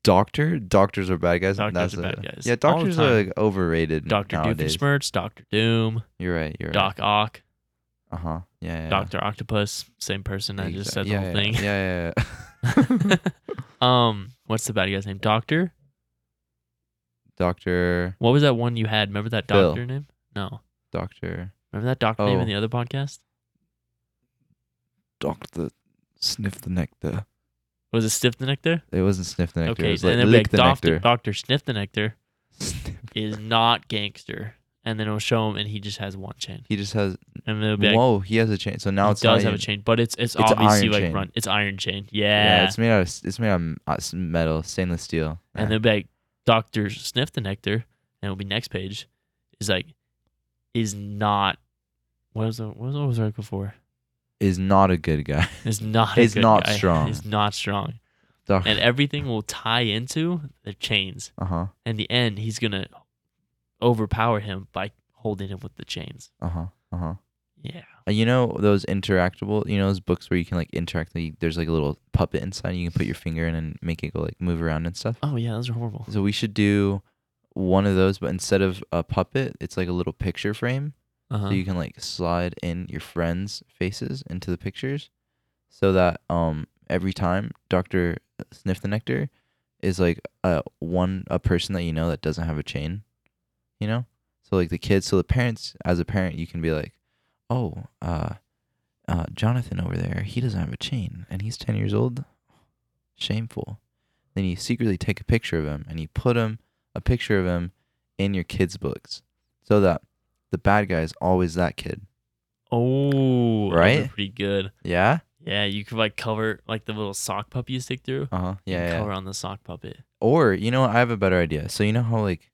Speaker 2: doctor doctors are bad guys
Speaker 1: Doctors
Speaker 2: that's
Speaker 1: are bad
Speaker 2: a-
Speaker 1: guys.
Speaker 2: yeah
Speaker 1: All the
Speaker 2: doctors are
Speaker 1: time.
Speaker 2: like overrated
Speaker 1: Doctor
Speaker 2: Mm, nowadays.
Speaker 1: Doofenshmirtz, Doctor Doom,
Speaker 2: you're right you're
Speaker 1: Doc Ock,
Speaker 2: right uh-huh yeah, yeah
Speaker 1: Doctor Octopus, same person. I just said the
Speaker 2: yeah,
Speaker 1: whole
Speaker 2: yeah,
Speaker 1: thing.
Speaker 2: yeah yeah, yeah. [laughs]
Speaker 1: [laughs] um, what's the bad guy's name? Doctor.
Speaker 2: doctor
Speaker 1: What was that one you had? Remember that
Speaker 2: Bill.
Speaker 1: doctor name? No.
Speaker 2: doctor
Speaker 1: Remember that doctor name
Speaker 2: Oh.
Speaker 1: in the other podcast?
Speaker 2: doctor sniff the nectar
Speaker 1: Was it Stiff the Nectar?
Speaker 2: it wasn't sniff the nectar it
Speaker 1: Okay,
Speaker 2: was
Speaker 1: and
Speaker 2: like
Speaker 1: then
Speaker 2: lick
Speaker 1: like
Speaker 2: the
Speaker 1: Doctor
Speaker 2: nectar
Speaker 1: Doctor Sniff the Nectar
Speaker 2: Sniff.
Speaker 1: is not gangster, and then it'll show him, and he just has one chain,
Speaker 2: he just has
Speaker 1: and it'll be like,
Speaker 2: whoa he has a chain so now
Speaker 1: he
Speaker 2: it's
Speaker 1: does
Speaker 2: not
Speaker 1: have a
Speaker 2: even-
Speaker 1: chain, but it's it's,
Speaker 2: It's an
Speaker 1: obviously
Speaker 2: iron
Speaker 1: like
Speaker 2: chain.
Speaker 1: run. It's iron chain,
Speaker 2: yeah
Speaker 1: yeah.
Speaker 2: it's made out of it's made out of uh, s- metal stainless steel
Speaker 1: And
Speaker 2: Yeah.
Speaker 1: they'll be like, Doctor Sniff the Nectar, and it'll be next page, is like, is not, what was the, what was, what was right before?
Speaker 2: is not a good guy [laughs]
Speaker 1: Is not, a
Speaker 2: Is
Speaker 1: good
Speaker 2: not
Speaker 1: guy.
Speaker 2: strong.
Speaker 1: Is not strong.
Speaker 2: doctor
Speaker 1: And everything will tie into the chains.
Speaker 2: uh-huh
Speaker 1: In the end, he's going to overpower him by holding him with the chains.
Speaker 2: uh-huh uh-huh
Speaker 1: Yeah.
Speaker 2: Uh, You know those interactable, you know those books where you can like interact. Like, there's like a little puppet inside. You can put your finger in and make it go like move around and stuff.
Speaker 1: Oh, yeah, those are horrible.
Speaker 2: So we should do one of those, but instead of a puppet, it's like a little picture frame.
Speaker 1: Uh-huh.
Speaker 2: So you can like slide in your friends' faces into the pictures, so that um every time Doctor Sniff the Nectar is like a one a person that you know that doesn't have a chain, you know. So like the kids, so the parents as a parent, you can be like, oh, uh, uh, Jonathan over there, he doesn't have a chain and he's ten years old, shameful. Then you secretly take a picture of him and you put him a picture of him in your kids' books, so that the bad guy is always that kid.
Speaker 1: oh, those are
Speaker 2: Right?
Speaker 1: Pretty good.
Speaker 2: Yeah.
Speaker 1: Yeah, you could like cover like the little sock puppet you stick through.
Speaker 2: Uh huh.
Speaker 1: you
Speaker 2: Yeah. yeah.
Speaker 1: Cover on the sock puppet.
Speaker 2: Or you know, what, I have a better idea. So you know how like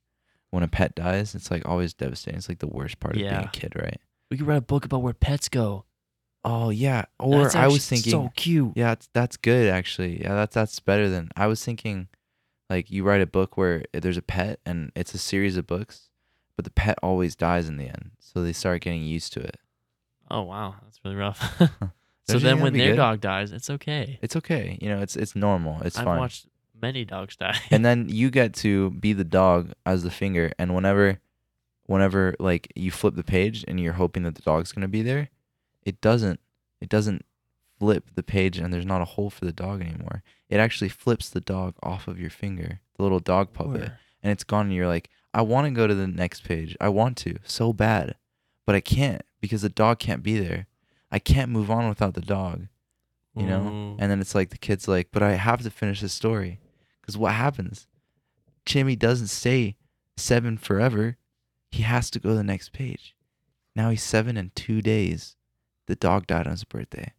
Speaker 2: when a pet dies, it's like always devastating. It's like the worst part of being
Speaker 1: Yeah.
Speaker 2: a kid, right?
Speaker 1: We could write a book about where pets go.
Speaker 2: Oh yeah. Or
Speaker 1: That's
Speaker 2: I was
Speaker 1: actually
Speaker 2: thinking,
Speaker 1: so cute.
Speaker 2: yeah, that's, that's good actually. Yeah, that's that's better than I was thinking. Like you write a book where there's a pet and it's a series of books, but the pet always dies in the end, so they start getting used to it.
Speaker 1: Oh wow, that's really rough. [laughs]
Speaker 2: you
Speaker 1: so then
Speaker 2: think that'd
Speaker 1: when
Speaker 2: be
Speaker 1: their
Speaker 2: good?
Speaker 1: dog dies, it's okay.
Speaker 2: It's okay, you know. It's it's normal. It's
Speaker 1: I've
Speaker 2: fine.
Speaker 1: watched many dogs die. [laughs]
Speaker 2: and then you get to be the dog as the finger and whenever whenever like you flip the page and you're hoping that the dog's going to be there it doesn't it doesn't flip the page and there's not a hole for the dog anymore it actually flips the dog off of your finger the little dog puppet
Speaker 1: Or-
Speaker 2: and it's gone and you're like i want to go to the next page i want to so bad but i can't because the dog can't be there i can't move on without the dog you know?
Speaker 1: Ooh.
Speaker 2: and then it's like the kid's like, but I have to finish this story. Because what happens? Jimmy doesn't stay seven forever. He has to go to the next page. Now he's seven in two days. The dog died on his birthday.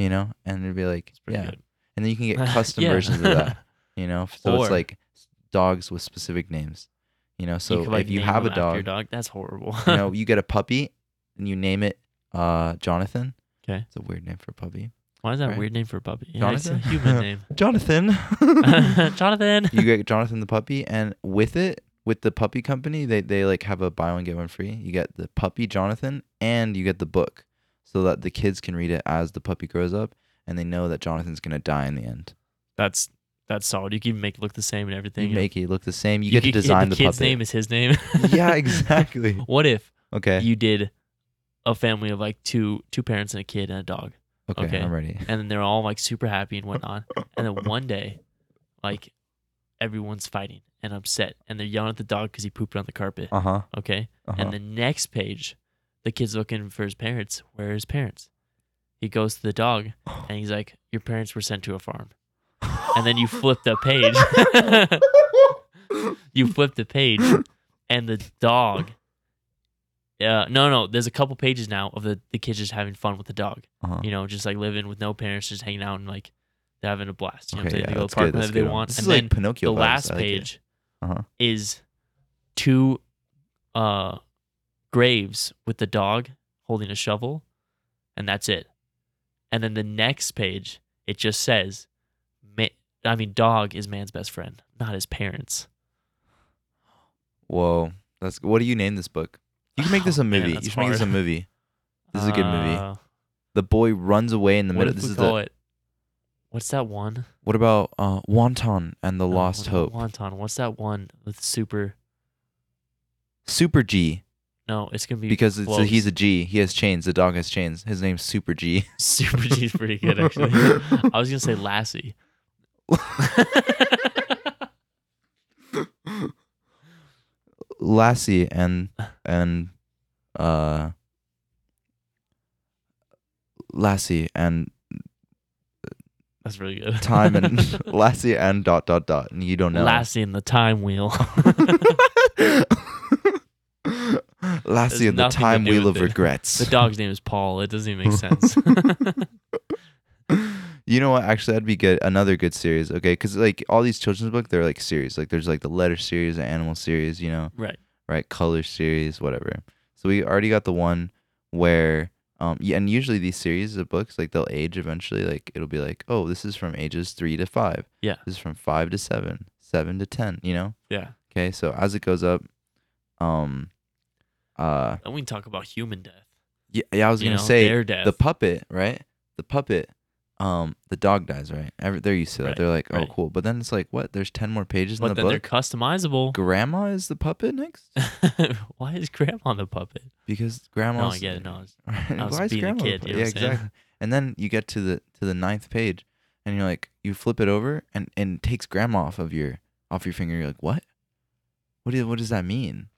Speaker 2: you know, and it'd be like,
Speaker 1: It's pretty
Speaker 2: yeah,
Speaker 1: good.
Speaker 2: and then you
Speaker 1: [laughs]
Speaker 2: can get custom
Speaker 1: Yeah.
Speaker 2: versions
Speaker 1: [laughs]
Speaker 2: of that, you know. So
Speaker 1: Or-
Speaker 2: it's like s- dogs with specific names, you know. So
Speaker 1: could,
Speaker 2: if you
Speaker 1: name
Speaker 2: have a
Speaker 1: them after your
Speaker 2: dog,
Speaker 1: dog, that's horrible. [laughs]
Speaker 2: you know, you get a puppy and you name it uh Jonathan.
Speaker 1: 'Kay.
Speaker 2: it's a weird name for a puppy.
Speaker 1: Why is that a
Speaker 2: Right.
Speaker 1: weird name for a puppy? Yeah, it's a
Speaker 2: Jonathan? [laughs]
Speaker 1: human name. [laughs]
Speaker 2: Jonathan.
Speaker 1: Jonathan.
Speaker 2: you get Jonathan the puppy, and with it, with the puppy company, they they like have a buy one get one free. You get the puppy Jonathan, and you get the book, so that the kids can read it as the puppy grows up, and they know that Jonathan's gonna die in the end.
Speaker 1: That's that's solid. You can even make it look the same and everything.
Speaker 2: You make it look the same. You,
Speaker 1: You
Speaker 2: get to
Speaker 1: could-
Speaker 2: design
Speaker 1: the,
Speaker 2: the,
Speaker 1: kid's
Speaker 2: puppet. [laughs]
Speaker 1: name is his name. [laughs]
Speaker 2: yeah, exactly.
Speaker 1: what if
Speaker 2: Okay.
Speaker 1: you did a family of like two two parents and a kid and a dog,
Speaker 2: okay,
Speaker 1: okay.
Speaker 2: I'm ready.
Speaker 1: and then they're all like super happy and whatnot, and then one day, like everyone's fighting and upset, and they're yelling at the dog because he pooped on the carpet.
Speaker 2: Uh huh.
Speaker 1: Okay,
Speaker 2: Uh huh.
Speaker 1: and the next page, the kid's looking for his parents. Where are his parents? He goes to the dog
Speaker 2: [sighs]
Speaker 1: and he's like, "Your parents were sent to a farm." and
Speaker 2: [laughs]
Speaker 1: then you flip the page. you flip the page, and the dog. Uh, no, no. There's a couple pages now of the the kids just having fun with the dog.
Speaker 2: Uh-huh.
Speaker 1: You know, just like living with no parents, just hanging out and like they're having a blast. You know, what I'm
Speaker 2: Okay,
Speaker 1: saying?
Speaker 2: yeah,
Speaker 1: they go to the
Speaker 2: that's
Speaker 1: park
Speaker 2: good, that's
Speaker 1: whenever they
Speaker 2: good.
Speaker 1: want.
Speaker 2: This
Speaker 1: and
Speaker 2: is like
Speaker 1: then
Speaker 2: Pinocchio
Speaker 1: the
Speaker 2: vibes,
Speaker 1: last
Speaker 2: I like it.
Speaker 1: page
Speaker 2: Uh-huh.
Speaker 1: is two uh graves with the dog holding a shovel and that's it and then the next page it just says ma- i mean dog is man's best friend not his parents
Speaker 2: Whoa, that's what do you name this book? You can make this
Speaker 1: Oh, [sighs]
Speaker 2: a
Speaker 1: man,
Speaker 2: movie.
Speaker 1: that's
Speaker 2: you should make this a
Speaker 1: hard.
Speaker 2: movie. This is a good movie.
Speaker 1: Uh,
Speaker 2: The boy runs away in the
Speaker 1: what
Speaker 2: middle.
Speaker 1: if
Speaker 2: This
Speaker 1: we
Speaker 2: is
Speaker 1: call
Speaker 2: the.
Speaker 1: it what's that one
Speaker 2: What about uh, Wonton and the
Speaker 1: No,
Speaker 2: Lost
Speaker 1: Uh, what
Speaker 2: Hope?
Speaker 1: about wonton what's that one with super
Speaker 2: Super G
Speaker 1: no it's gonna be
Speaker 2: because it's a,
Speaker 1: close.
Speaker 2: he's a G. He has chains. The dog has chains. His name's Super G.
Speaker 1: [laughs]
Speaker 2: [laughs]
Speaker 1: super g's pretty good actually i was gonna say
Speaker 2: [laughs]
Speaker 1: lassie
Speaker 2: Lassie and and uh Lassie and
Speaker 1: that's really good
Speaker 2: time
Speaker 1: [laughs]
Speaker 2: and [laughs] Lassie and dot dot dot and you don't know [laughs]
Speaker 1: Lassie in the time wheel.
Speaker 2: Lassie
Speaker 1: Has
Speaker 2: and the
Speaker 1: nothing to
Speaker 2: time
Speaker 1: do
Speaker 2: wheel
Speaker 1: with
Speaker 2: of
Speaker 1: it. [laughs]
Speaker 2: regrets.
Speaker 1: the dog's name is Paul. It doesn't even make
Speaker 2: [laughs]
Speaker 1: sense. [laughs]
Speaker 2: you know what? Actually, that'd be good. Another good series, okay? Because like all these children's books, they're like series. Like there's like the letter series, the animal series, you know,
Speaker 1: right.
Speaker 2: right? Color series, whatever. So we already got the one where, um, yeah, and usually these series of books, like they'll age eventually. Like it'll be like, oh, this is from ages three to five.
Speaker 1: Yeah.
Speaker 2: This is from five to seven, seven to ten. You know?
Speaker 1: Yeah.
Speaker 2: Okay. So as it goes up, um, uh,
Speaker 1: And we can talk about human death.
Speaker 2: yeah, yeah I was
Speaker 1: you
Speaker 2: gonna
Speaker 1: know,
Speaker 2: say
Speaker 1: their death.
Speaker 2: the puppet, right? The puppet, um, the dog dies, right? Every, they're used to that.
Speaker 1: Right,
Speaker 2: They're like, oh,
Speaker 1: right.
Speaker 2: cool. But then it's like, what? There's ten more pages
Speaker 1: but
Speaker 2: in the
Speaker 1: then they're
Speaker 2: book.
Speaker 1: customizable.
Speaker 2: Grandma is the puppet next
Speaker 1: [laughs] Why is Grandma the puppet?
Speaker 2: because
Speaker 1: No,
Speaker 2: grandma's.
Speaker 1: I get it.
Speaker 2: [laughs]
Speaker 1: No, it's-
Speaker 2: Why
Speaker 1: was
Speaker 2: is
Speaker 1: being a
Speaker 2: grandma? the
Speaker 1: kid,
Speaker 2: puppet?
Speaker 1: you know
Speaker 2: yeah,
Speaker 1: what I'm saying?
Speaker 2: exactly. And then you get to the to the ninth page, and you're like, you flip it over, and and it takes grandma off of your off your finger. You're like, what? What do what does that mean?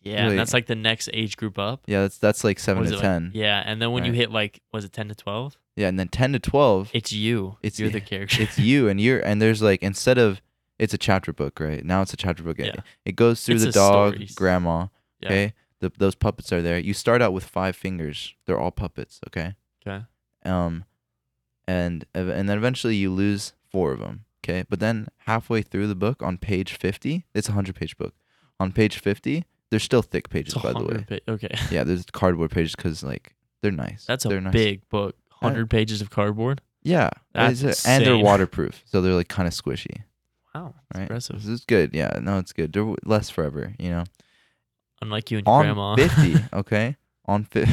Speaker 1: yeah,
Speaker 2: Really?
Speaker 1: and that's like the next age group up.
Speaker 2: Yeah, that's that's like
Speaker 1: What
Speaker 2: seven
Speaker 1: is
Speaker 2: to
Speaker 1: it, like-
Speaker 2: ten. yeah.
Speaker 1: Yeah, and then when you
Speaker 2: Right.
Speaker 1: hit like, was it ten to twelve?
Speaker 2: and then ten to twelve,
Speaker 1: It's you.
Speaker 2: It's- [laughs]
Speaker 1: you're the character.
Speaker 2: it's you and you're and there's like instead of it's a chapter book right now it's a chapter book it,
Speaker 1: Yeah.
Speaker 2: it goes through
Speaker 1: It's
Speaker 2: the
Speaker 1: a
Speaker 2: dog
Speaker 1: stories.
Speaker 2: grandma
Speaker 1: Yeah.
Speaker 2: okay the, those puppets are there you start out with five fingers they're all puppets okay
Speaker 1: [laughs] Okay.
Speaker 2: um and ev- and then eventually you lose four of them okay but then halfway through the book on page 50 it's a 100 page book on page 50 they're still thick pages
Speaker 1: It's a
Speaker 2: by the way
Speaker 1: hundred pa- okay. [laughs]
Speaker 2: yeah there's cardboard pages because like they're nice
Speaker 1: That's
Speaker 2: they're
Speaker 1: a
Speaker 2: nice.
Speaker 1: big book. Hundred pages of cardboard.
Speaker 2: yeah
Speaker 1: That's
Speaker 2: it's a- and they're
Speaker 1: insane.
Speaker 2: waterproof so they're like kind of squishy
Speaker 1: Wow, that's
Speaker 2: right?
Speaker 1: impressive.
Speaker 2: This is good. Yeah, no, it's good. They're w- less forever, you know.
Speaker 1: Unlike you and your
Speaker 2: On
Speaker 1: grandma. [laughs]
Speaker 2: fifty, okay. On fi-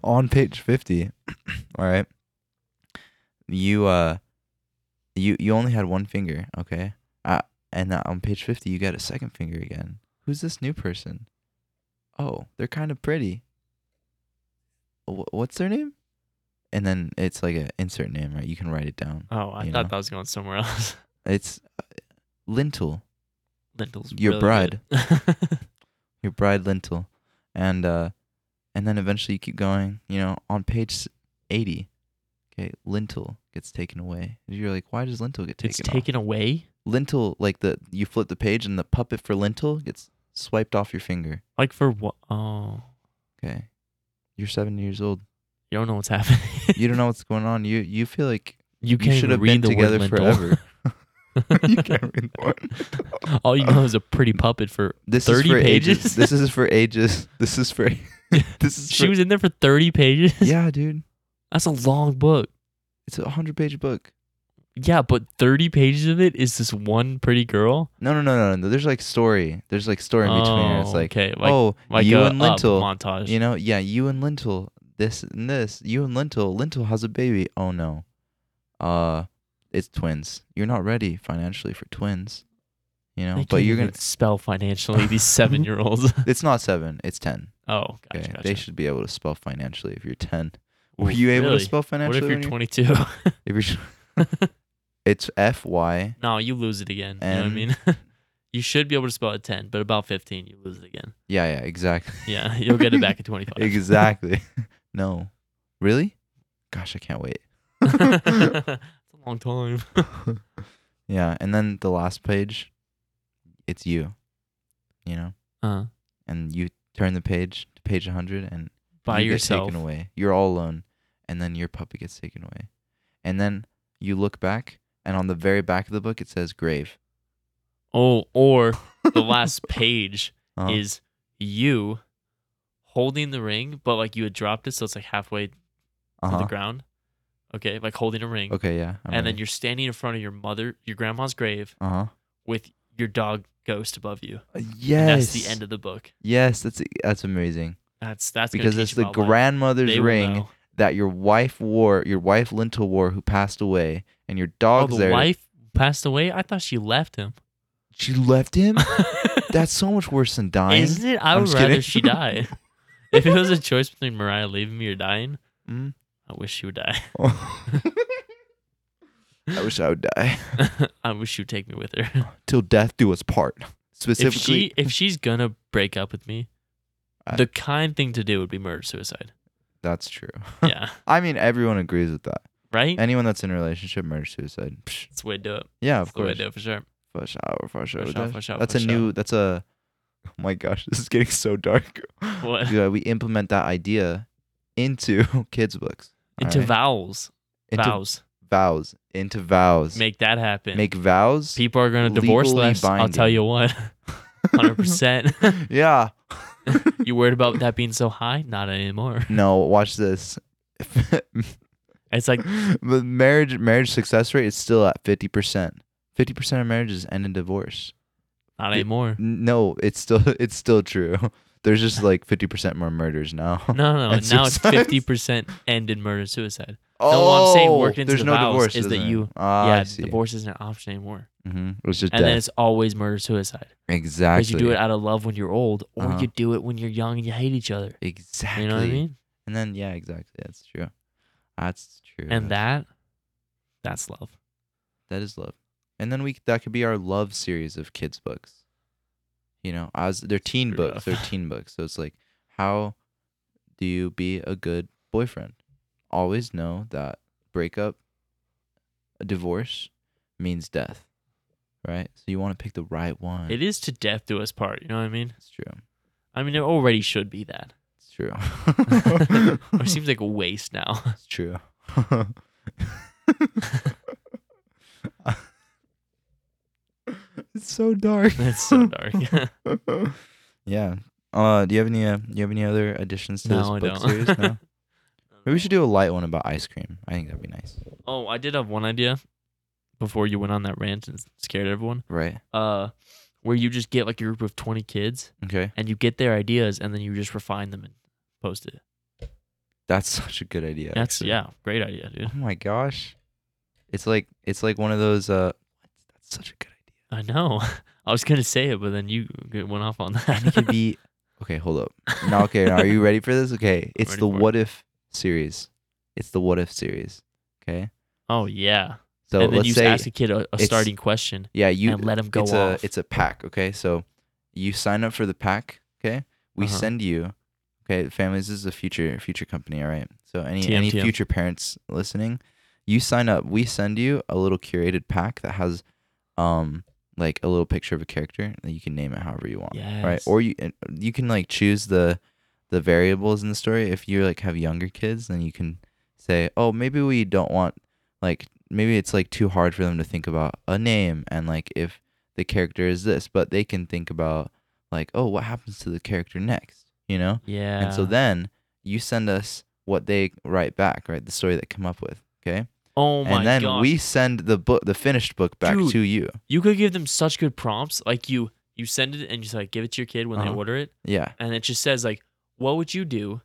Speaker 2: [laughs] on page fifty, [clears throat] all right. You uh, you you only had one finger, okay. Uh, and uh, on page fifty, you got a second finger again. Who's this new person? Oh, they're kind of pretty. Wh- What's their name? And then it's like an insert name, right? You can write it down. [laughs]
Speaker 1: oh, I
Speaker 2: you
Speaker 1: thought
Speaker 2: know.
Speaker 1: that was going somewhere else. [laughs]
Speaker 2: It's uh, lintel.
Speaker 1: Lindell's
Speaker 2: Your
Speaker 1: really good.
Speaker 2: your bride lintel and uh and then eventually you keep going you know on page s- 80 okay lintel gets taken away And you're like why does lintel get
Speaker 1: [laughs]
Speaker 2: taken
Speaker 1: it's
Speaker 2: off?
Speaker 1: taken away.
Speaker 2: lintel like the you flip the page and the puppet for lintel gets swiped off your finger
Speaker 1: Like for what? Oh,
Speaker 2: okay you're seven years old
Speaker 1: You don't know what's happening.
Speaker 2: [laughs] You don't know what's going on. You you feel like
Speaker 1: You
Speaker 2: you
Speaker 1: can't
Speaker 2: should
Speaker 1: even
Speaker 2: have
Speaker 1: read
Speaker 2: been
Speaker 1: the
Speaker 2: together
Speaker 1: word lentil.
Speaker 2: forever.
Speaker 1: [laughs]
Speaker 2: [laughs] you can't read the word.
Speaker 1: All you know is a pretty puppet for.
Speaker 2: This
Speaker 1: 30
Speaker 2: is for ages.
Speaker 1: pages?
Speaker 2: This is for ages. This
Speaker 1: [laughs]
Speaker 2: is for. [laughs] this is.
Speaker 1: She
Speaker 2: for-
Speaker 1: was in there for thirty pages. [laughs]
Speaker 2: [laughs] Yeah, dude.
Speaker 1: that's a long book.
Speaker 2: It's a hundred-page book.
Speaker 1: Yeah, but thirty pages of it is this one pretty girl.
Speaker 2: No, no, no, no, no. There's like story. There's like story in between. and it's
Speaker 1: Oh,
Speaker 2: like,
Speaker 1: okay, like-
Speaker 2: oh,
Speaker 1: Like
Speaker 2: you
Speaker 1: a
Speaker 2: and
Speaker 1: up
Speaker 2: Lintel.
Speaker 1: montage.
Speaker 2: You know, yeah, you and Lintel, this and this. You and Lintel. Lintel has a baby. Oh no. Uh it's twins. You're not ready financially for twins. You know,
Speaker 1: They
Speaker 2: but
Speaker 1: can't
Speaker 2: you're
Speaker 1: even [laughs]
Speaker 2: gonna
Speaker 1: spell financially
Speaker 2: [laughs]
Speaker 1: these seven year olds.
Speaker 2: it's not seven, it's ten.
Speaker 1: [laughs] Oh, gotcha,
Speaker 2: Okay.
Speaker 1: gotcha.
Speaker 2: They should be able to spell financially if you're ten.
Speaker 1: Ooh,
Speaker 2: Were you able
Speaker 1: really?
Speaker 2: to spell
Speaker 1: What
Speaker 2: financially?
Speaker 1: if you're [laughs]
Speaker 2: when
Speaker 1: 22?
Speaker 2: you- [laughs] if you're-
Speaker 1: [laughs]
Speaker 2: it's F Y
Speaker 1: no, you lose it again. you know what I mean? [laughs] you should be able to spell at 10, but about 15, you lose it again.
Speaker 2: Yeah, yeah, exactly.
Speaker 1: Yeah, you'll get it back
Speaker 2: [laughs]
Speaker 1: at 25. [laughs]
Speaker 2: exactly. [laughs] no. Really? Gosh, I can't wait. [laughs]
Speaker 1: It's a long time.
Speaker 2: yeah, and then the last page, it's you, you know,
Speaker 1: Uh,
Speaker 2: and you turn the page to page 100, and
Speaker 1: by
Speaker 2: you
Speaker 1: yourself.
Speaker 2: get taken away. You're all alone, and then your puppy gets taken away, and then you look back, and on the very back of the book it says grave.
Speaker 1: Oh, or
Speaker 2: [laughs]
Speaker 1: the last page
Speaker 2: Uh-huh.
Speaker 1: is you holding the ring, but like you had dropped it, so it's like halfway to the
Speaker 2: Uh-huh.
Speaker 1: ground. Okay, like holding a ring.
Speaker 2: Okay, yeah. I'm
Speaker 1: and then
Speaker 2: ready.
Speaker 1: you're standing in front of your mother, your grandma's grave
Speaker 2: uh-huh.
Speaker 1: with your dog ghost above you.
Speaker 2: Uh,
Speaker 1: And
Speaker 2: Yes.
Speaker 1: That's the end of the book.
Speaker 2: Yes, that's that's amazing
Speaker 1: That's that's gonna
Speaker 2: because
Speaker 1: teach
Speaker 2: it's
Speaker 1: you
Speaker 2: the
Speaker 1: about life.
Speaker 2: grandmother's
Speaker 1: They will
Speaker 2: ring
Speaker 1: know.
Speaker 2: that your wife wore, your wife Lintel wore, who passed away, and your
Speaker 1: Oh,
Speaker 2: dog's
Speaker 1: the
Speaker 2: there.
Speaker 1: wife passed away. I thought she left him.
Speaker 2: She left
Speaker 1: [laughs]
Speaker 2: him. [laughs] That's so much worse than dying.
Speaker 1: Isn't it? I
Speaker 2: I'm
Speaker 1: would
Speaker 2: just
Speaker 1: rather
Speaker 2: kidding.
Speaker 1: she
Speaker 2: [laughs]
Speaker 1: die. if it was a choice between Mariah leaving me or dying,
Speaker 2: [laughs] Mm.
Speaker 1: I wish she would die. [laughs]
Speaker 2: I wish I would die.
Speaker 1: I wish she would take me with her.
Speaker 2: Till death do us part.
Speaker 1: If
Speaker 2: Specifically,
Speaker 1: she if she's gonna break up with me,
Speaker 2: I-
Speaker 1: the kind thing to do would be murder
Speaker 2: [laughs]
Speaker 1: suicide.
Speaker 2: that's true.
Speaker 1: Yeah.
Speaker 2: I mean, everyone agrees with that.
Speaker 1: right?
Speaker 2: Anyone that's in a relationship, murder, suicide. Psh,
Speaker 1: That's the way to do it.
Speaker 2: yeah,
Speaker 1: That's
Speaker 2: of
Speaker 1: the way to
Speaker 2: course.
Speaker 1: do it for sure.
Speaker 2: For sure, for sure.
Speaker 1: For sure, for sure,
Speaker 2: That's
Speaker 1: for
Speaker 2: a
Speaker 1: sure.
Speaker 2: new. That's a. [laughs] Oh my gosh, [laughs] this is getting so dark.
Speaker 1: What?
Speaker 2: Yeah, we implement that idea into [laughs] kids' books. all
Speaker 1: Into
Speaker 2: right?
Speaker 1: vowels.
Speaker 2: Into
Speaker 1: vows.
Speaker 2: vows. Into vows.
Speaker 1: Make that happen.
Speaker 2: Make vows.
Speaker 1: People are going to divorce
Speaker 2: legally
Speaker 1: less. I'll tell
Speaker 2: binding.
Speaker 1: you
Speaker 2: [laughs]
Speaker 1: what. 100%.
Speaker 2: yeah.
Speaker 1: you worried about that being so high? Not anymore. [laughs]
Speaker 2: No, watch this. [laughs]
Speaker 1: It's like,
Speaker 2: the marriage marriage success rate is still at 50%. 50% of marriages end in divorce.
Speaker 1: not
Speaker 2: Dude. [laughs]
Speaker 1: anymore.
Speaker 2: N- No, it's still [laughs] it's still true. There's just like 50% more murders now.
Speaker 1: No, no, no.
Speaker 2: And
Speaker 1: Now it's
Speaker 2: suicides.
Speaker 1: 50% end in murder suicide.
Speaker 2: [laughs]
Speaker 1: what I'm saying worked into
Speaker 2: Oh, there's
Speaker 1: the
Speaker 2: no
Speaker 1: vows
Speaker 2: divorce
Speaker 1: is that
Speaker 2: isn't it?
Speaker 1: you-
Speaker 2: Ah, I
Speaker 1: yeah,
Speaker 2: see.
Speaker 1: divorce isn't an option anymore.
Speaker 2: Mhm. It was just
Speaker 1: And then
Speaker 2: death.
Speaker 1: it's always murder suicide.
Speaker 2: Exactly.
Speaker 1: Because you do it out of love when you're old, or
Speaker 2: Uh-huh.
Speaker 1: you do it when you're young and you hate each other.
Speaker 2: Exactly.
Speaker 1: You know what I mean?
Speaker 2: And then yeah, exactly. That's true. That's true.
Speaker 1: And
Speaker 2: That's-
Speaker 1: that, that's love.
Speaker 2: that is love. And then we that could be our love series of kids books. You know, as they're teen
Speaker 1: Pretty
Speaker 2: books,
Speaker 1: rough.
Speaker 2: they're teen books. So it's like how do you be a good boyfriend? Always know that breakup, a divorce means death. Right? So you want to pick the right one.
Speaker 1: It is to death do us part. You know what I mean?
Speaker 2: It's true.
Speaker 1: I mean, it already should be
Speaker 2: [laughs]
Speaker 1: that.
Speaker 2: It's
Speaker 1: [laughs]
Speaker 2: true.
Speaker 1: Or it seems like a waste now. [laughs]
Speaker 2: It's true. [laughs] it's so dark.
Speaker 1: That's so
Speaker 2: [laughs]
Speaker 1: dark.
Speaker 2: yeah. Uh, do you have any? Uh, do you have any other additions to this
Speaker 1: no, I
Speaker 2: book
Speaker 1: don't.
Speaker 2: series?
Speaker 1: [laughs]
Speaker 2: No. Maybe we should do a light one about ice cream. I think that'd be nice.
Speaker 1: Oh, I did have one idea before you went on that rant and scared everyone.
Speaker 2: Right.
Speaker 1: Uh, where you just get like a group of twenty kids
Speaker 2: Okay.
Speaker 1: and you get their ideas and then you just refine them and post it.
Speaker 2: That's [laughs] such a good idea.
Speaker 1: That's
Speaker 2: actually.
Speaker 1: yeah, great idea, dude.
Speaker 2: Oh my gosh. It's like it's like one of those. Uh, that's such a good
Speaker 1: I
Speaker 2: idea.
Speaker 1: know. [laughs] I was gonna say it, but then you g- went off on [laughs]
Speaker 2: And it could
Speaker 1: that.
Speaker 2: be. Okay, hold up.
Speaker 1: [laughs]
Speaker 2: Now, okay, now, are you ready for this? Okay, it's
Speaker 1: ready
Speaker 2: the
Speaker 1: for it.
Speaker 2: what if series. It's the what if series. Okay.
Speaker 1: oh yeah.
Speaker 2: So
Speaker 1: and then
Speaker 2: let's
Speaker 1: you
Speaker 2: say
Speaker 1: ask a kid a, a
Speaker 2: it's-
Speaker 1: starting question
Speaker 2: Yeah, you
Speaker 1: and let him go
Speaker 2: it's
Speaker 1: off.
Speaker 2: a it's a pack. Okay, so you sign up for the pack. Okay, we
Speaker 1: Uh-huh.
Speaker 2: send you. Okay, families. This is a future future company. All right. So any
Speaker 1: TM,
Speaker 2: any
Speaker 1: TM.
Speaker 2: future parents listening, you sign up. We send you a little curated pack that has, um, like a little picture of a character that you can name it however you want. Right.
Speaker 1: Yes.
Speaker 2: Or you and you can like choose the, the variables in the story. If you like have younger kids, then you can say, "Oh, maybe we don't want like maybe it's like too hard for them to think about a name and like if the character is this, but they can think about like, "Oh, what happens to the character next?" you know?
Speaker 1: Yeah.
Speaker 2: And so then you send us what they write back, right? The story they come up with, okay?
Speaker 1: oh my
Speaker 2: and then
Speaker 1: gosh.
Speaker 2: we send the book, the finished book, back
Speaker 1: Dude.
Speaker 2: to you.
Speaker 1: you could give them such good prompts. Like you you send it and you just like give it to your kid when they
Speaker 2: Uh-huh.
Speaker 1: order it,
Speaker 2: Yeah,
Speaker 1: and it just says like, what would you do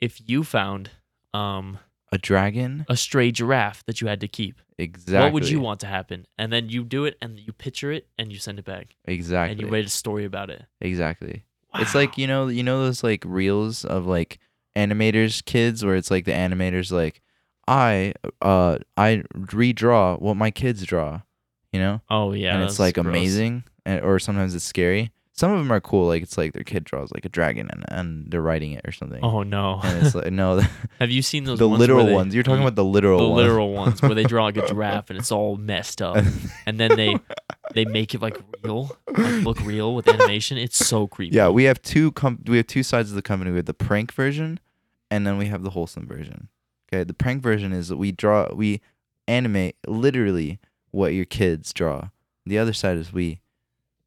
Speaker 1: if you found um
Speaker 2: a dragon.
Speaker 1: a stray giraffe that you had to keep?
Speaker 2: Exactly.
Speaker 1: What would you want to happen? And then you do it and you picture it and you send it back
Speaker 2: Exactly.
Speaker 1: and you write a story about it.
Speaker 2: exactly. It's like
Speaker 1: Wow.
Speaker 2: you know, you know those like reels of like animators kids where it's like the animators like, I uh I redraw what my kids draw, you know,
Speaker 1: oh yeah,
Speaker 2: and it's
Speaker 1: that's
Speaker 2: like
Speaker 1: gross.
Speaker 2: amazing, and, or sometimes it's scary. Some of them are cool, like it's like their kid draws like a dragon and, and they're writing it or something.
Speaker 1: Oh no,
Speaker 2: And it's like no,
Speaker 1: [laughs]
Speaker 2: [laughs]
Speaker 1: have you seen those
Speaker 2: the
Speaker 1: ones
Speaker 2: literal
Speaker 1: where they-
Speaker 2: ones. You're talking about the literal
Speaker 1: the
Speaker 2: ones.
Speaker 1: literal ones where they draw
Speaker 2: [laughs]
Speaker 1: like a giraffe and it's all messed up, and then they they make it like real, like look real with animation. It's so creepy.
Speaker 2: yeah, we have two com- we have two sides of the company. We have the prank version and then we have the wholesome version. Okay, the prank version is that we draw we animate literally what your kids draw. The other side is we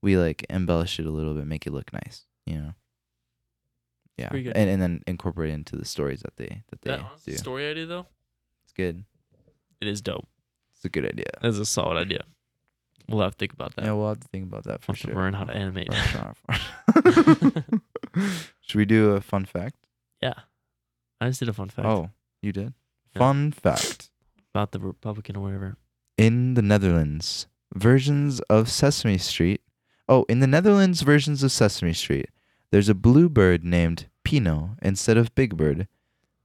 Speaker 2: we like embellish it a little bit, make it look nice, you know. Yeah.
Speaker 1: Pretty good.
Speaker 2: And and then incorporate it into the stories that they that they
Speaker 1: that
Speaker 2: do.
Speaker 1: honest story idea though,
Speaker 2: It's good.
Speaker 1: it is dope.
Speaker 2: It's a good idea.
Speaker 1: That's a solid idea. We'll have to think about that.
Speaker 2: Yeah, we'll have to think about that for
Speaker 1: We'll have to
Speaker 2: sure.
Speaker 1: learn how to animate. [laughs]
Speaker 2: [laughs] Should we do a fun fact?
Speaker 1: yeah, I just did a fun fact
Speaker 2: Oh, you did?
Speaker 1: Yeah.
Speaker 2: Fun fact.
Speaker 1: about the Republican or whatever.
Speaker 2: In the Netherlands, versions of Sesame Street. Oh, in the Netherlands, versions of Sesame Street, there's a blue bird named Pino instead of Big Bird.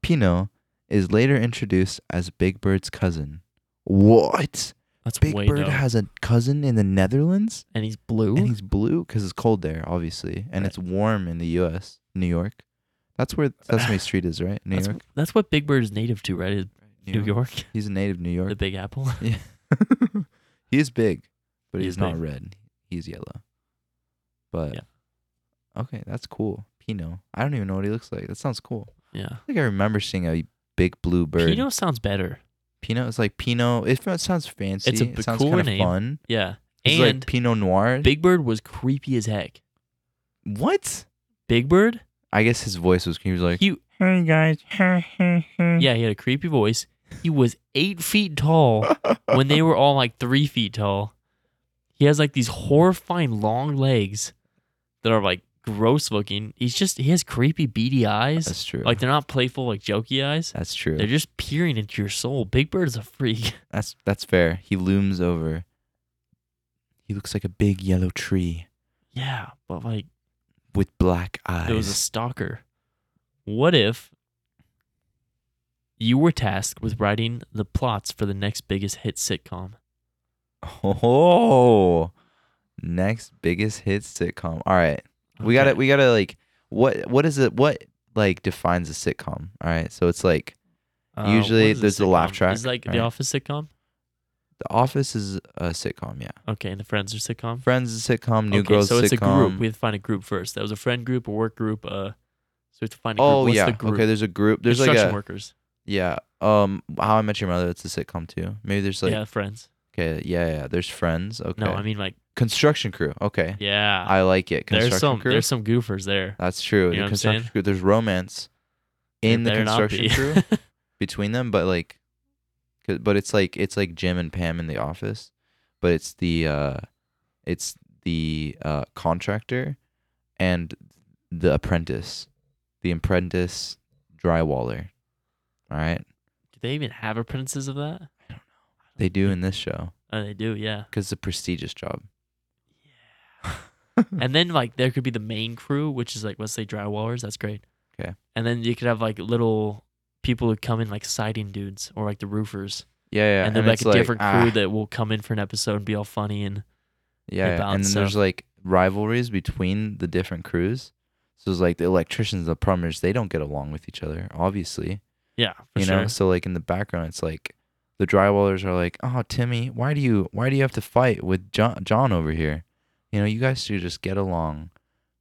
Speaker 2: Pino is later introduced as Big Bird's cousin. What?
Speaker 1: That's
Speaker 2: Big
Speaker 1: way
Speaker 2: Bird
Speaker 1: dope.
Speaker 2: has a cousin in the Netherlands?
Speaker 1: and he's blue.
Speaker 2: And he's blue because it's cold there, obviously. And
Speaker 1: Right.
Speaker 2: it's warm in the U.S., New York. That's where Sesame Street is, right? New
Speaker 1: that's,
Speaker 2: York?
Speaker 1: that's what Big Bird is native to, right? Is New York, [laughs]
Speaker 2: He's a native New
Speaker 1: the
Speaker 2: York.
Speaker 1: Big
Speaker 2: [laughs]
Speaker 1: Apple.
Speaker 2: he is big, but
Speaker 1: He
Speaker 2: he's
Speaker 1: is
Speaker 2: not
Speaker 1: big.
Speaker 2: red. He's yellow. But
Speaker 1: Yeah.
Speaker 2: okay, that's cool. Pino. I don't even know what he looks like. That sounds cool.
Speaker 1: Yeah,
Speaker 2: I think I remember seeing a big blue bird.
Speaker 1: Pino sounds better.
Speaker 2: Pino it's like Pino. It fa- sounds fancy.
Speaker 1: b-
Speaker 2: it sounds
Speaker 1: cooler
Speaker 2: kind of
Speaker 1: name.
Speaker 2: fun.
Speaker 1: Yeah,
Speaker 2: It's
Speaker 1: and
Speaker 2: like Pinot Noir.
Speaker 1: Big Bird was creepy as heck.
Speaker 2: what?
Speaker 1: Big Bird,
Speaker 2: I guess his voice was. He was like, Hmm.
Speaker 1: he
Speaker 2: "Hey guys." [laughs]
Speaker 1: yeah, he had a creepy voice. He was eight feet tall when they were all like three feet tall. He has like these horrifying long legs that are like gross looking. He's just he has creepy beady eyes.
Speaker 2: That's true.
Speaker 1: Like they're not playful like jokey eyes.
Speaker 2: that's true.
Speaker 1: They're just peering into your soul. Big Bird is a freak. [laughs]
Speaker 2: That's that's fair. He looms over. He looks like a big yellow tree
Speaker 1: Yeah, but like
Speaker 2: with black eyes.
Speaker 1: it was a stalker. What if you were tasked with writing the plots for the next biggest hit sitcom?
Speaker 2: oh, next biggest hit sitcom. All right, we got to
Speaker 1: Okay.
Speaker 2: We got to like what what is it? What like defines a sitcom? All right, so it's like
Speaker 1: Uh,
Speaker 2: Usually
Speaker 1: what is
Speaker 2: there's a laugh
Speaker 1: sitcom?
Speaker 2: track,
Speaker 1: Is like
Speaker 2: right?
Speaker 1: The Office sitcom.
Speaker 2: The Office is a sitcom. Yeah,
Speaker 1: Okay, and the Friends are sitcom.
Speaker 2: Friends is a sitcom. New
Speaker 1: okay,
Speaker 2: Girls
Speaker 1: so
Speaker 2: sitcom.
Speaker 1: it's a group. We have to find a group first. That was a friend group, a work group. Uh, so we have to find a group.
Speaker 2: oh
Speaker 1: What's
Speaker 2: yeah.
Speaker 1: the group?
Speaker 2: Okay, there's a group. There's like
Speaker 1: Construction
Speaker 2: a
Speaker 1: workers.
Speaker 2: yeah. Um, How I Met Your Mother. It's a sitcom too. Maybe there's like
Speaker 1: yeah, Friends.
Speaker 2: okay. Yeah, yeah. There's Friends. Okay.
Speaker 1: No, I mean like
Speaker 2: Construction crew. Okay.
Speaker 1: yeah.
Speaker 2: I like it. Construction
Speaker 1: there's some
Speaker 2: crew.
Speaker 1: there's some goofers there.
Speaker 2: That's true.
Speaker 1: You know what
Speaker 2: the
Speaker 1: I'm
Speaker 2: construction
Speaker 1: saying?
Speaker 2: crew. There's romance in the
Speaker 1: There better not
Speaker 2: construction crew
Speaker 1: be. [laughs]
Speaker 2: between them, but like, 'cause- but it's like it's like Jim and Pam in the office, but it's the uh, it's the uh, contractor and the apprentice, the apprentice drywaller. All right,
Speaker 1: do they even have apprentices of that?
Speaker 2: they do in this show
Speaker 1: Oh, they do. Yeah.
Speaker 2: because it's a prestigious job. Hmm.
Speaker 1: and then like there could be the main crew, which is like let's say drywallers. That's great.
Speaker 2: Okay.
Speaker 1: And then you could have like little people who come in like siding dudes or like the roofers,
Speaker 2: Yeah, yeah.
Speaker 1: and then like
Speaker 2: it's
Speaker 1: a different crew
Speaker 2: ah,
Speaker 1: that will come in for an episode and be all funny and
Speaker 2: Yeah, yeah. and
Speaker 1: bounce
Speaker 2: then there's like rivalries between the different crews. So it's like the electricians, the plumbers, they don't get along with each other, obviously.
Speaker 1: yeah, for
Speaker 2: you
Speaker 1: sure.
Speaker 2: know, so like in the background, it's like the drywallers are like, "Oh, Timmy, why do you why do you have to fight with John, John over here? You know, you guys should just get along."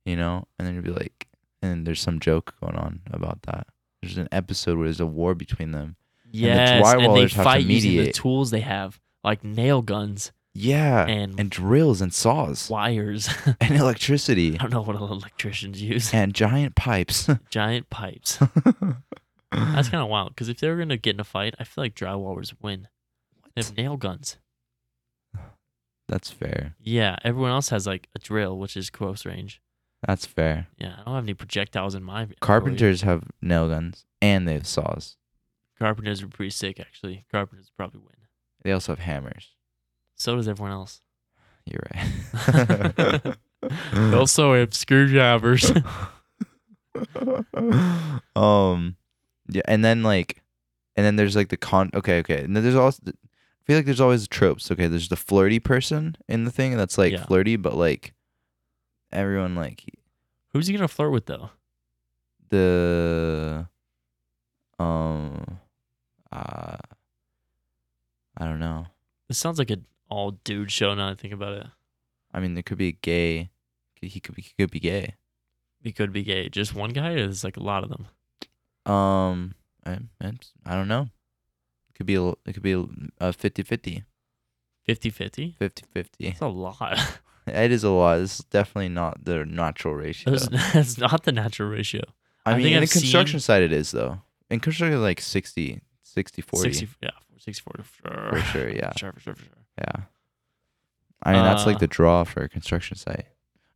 Speaker 2: You know, and then you'd be like, and and there's some joke going on about that. There's an episode where there's a war between them.
Speaker 1: Yes, and, they
Speaker 2: drywallers have to
Speaker 1: fight using the
Speaker 2: mediate.
Speaker 1: tools they have, like nail guns
Speaker 2: Yeah, and,
Speaker 1: and,
Speaker 2: drills and saws
Speaker 1: wires. [laughs] I
Speaker 2: and
Speaker 1: [laughs]
Speaker 2: electricity
Speaker 1: don't know what electricians
Speaker 2: [laughs]
Speaker 1: use.
Speaker 2: and giant pipes. [laughs]
Speaker 1: Giant pipes. That's
Speaker 2: That's
Speaker 1: kind of wild. Because if they were gonna get in a fight, I feel like drywallers win. They have nail guns.
Speaker 2: [laughs] That's fair.
Speaker 1: Yeah, everyone else has like a drill, which is close range.
Speaker 2: That's fair.
Speaker 1: Yeah, I don't have any projectiles in my area.
Speaker 2: Carpenters have nail guns and they have saws.
Speaker 1: Carpenters are pretty sick, actually. Carpenters probably win.
Speaker 2: They also have hammers.
Speaker 1: So does everyone else.
Speaker 2: You're right. [laughs]
Speaker 1: also have screwdrivers.
Speaker 2: um yeah and then like and then there's like the con okay okay and then there's also i feel like there's always tropes okay there's the flirty person in the thing that's like
Speaker 1: Yeah.
Speaker 2: flirty but like everyone like
Speaker 1: [laughs] Who's he gonna flirt with though?
Speaker 2: the um uh i don't know
Speaker 1: This sounds like an all dude show now that I think about it.
Speaker 2: i mean there could be a gay he could be he could be gay
Speaker 1: He could be gay. Just one guy, or there's like a lot of them.
Speaker 2: um i, I don't know it could be a, it could be a, a 50 50
Speaker 1: 50 50?
Speaker 2: 50 50
Speaker 1: That's a lot.
Speaker 2: [laughs]
Speaker 1: [laughs]
Speaker 2: It is a lot. It's definitely not the natural ratio.
Speaker 1: That's, [laughs] that's not the natural ratio.
Speaker 2: I,
Speaker 1: I
Speaker 2: mean,
Speaker 1: think
Speaker 2: in
Speaker 1: I've
Speaker 2: the construction side, it is though. In construction, like 60, 60, 40
Speaker 1: 60, yeah, 60 40 for sure.
Speaker 2: for sure.
Speaker 1: [laughs]
Speaker 2: Yeah,
Speaker 1: For sure, for sure, for sure.
Speaker 2: yeah. I mean, that's
Speaker 1: Uh,
Speaker 2: like the draw for a construction site.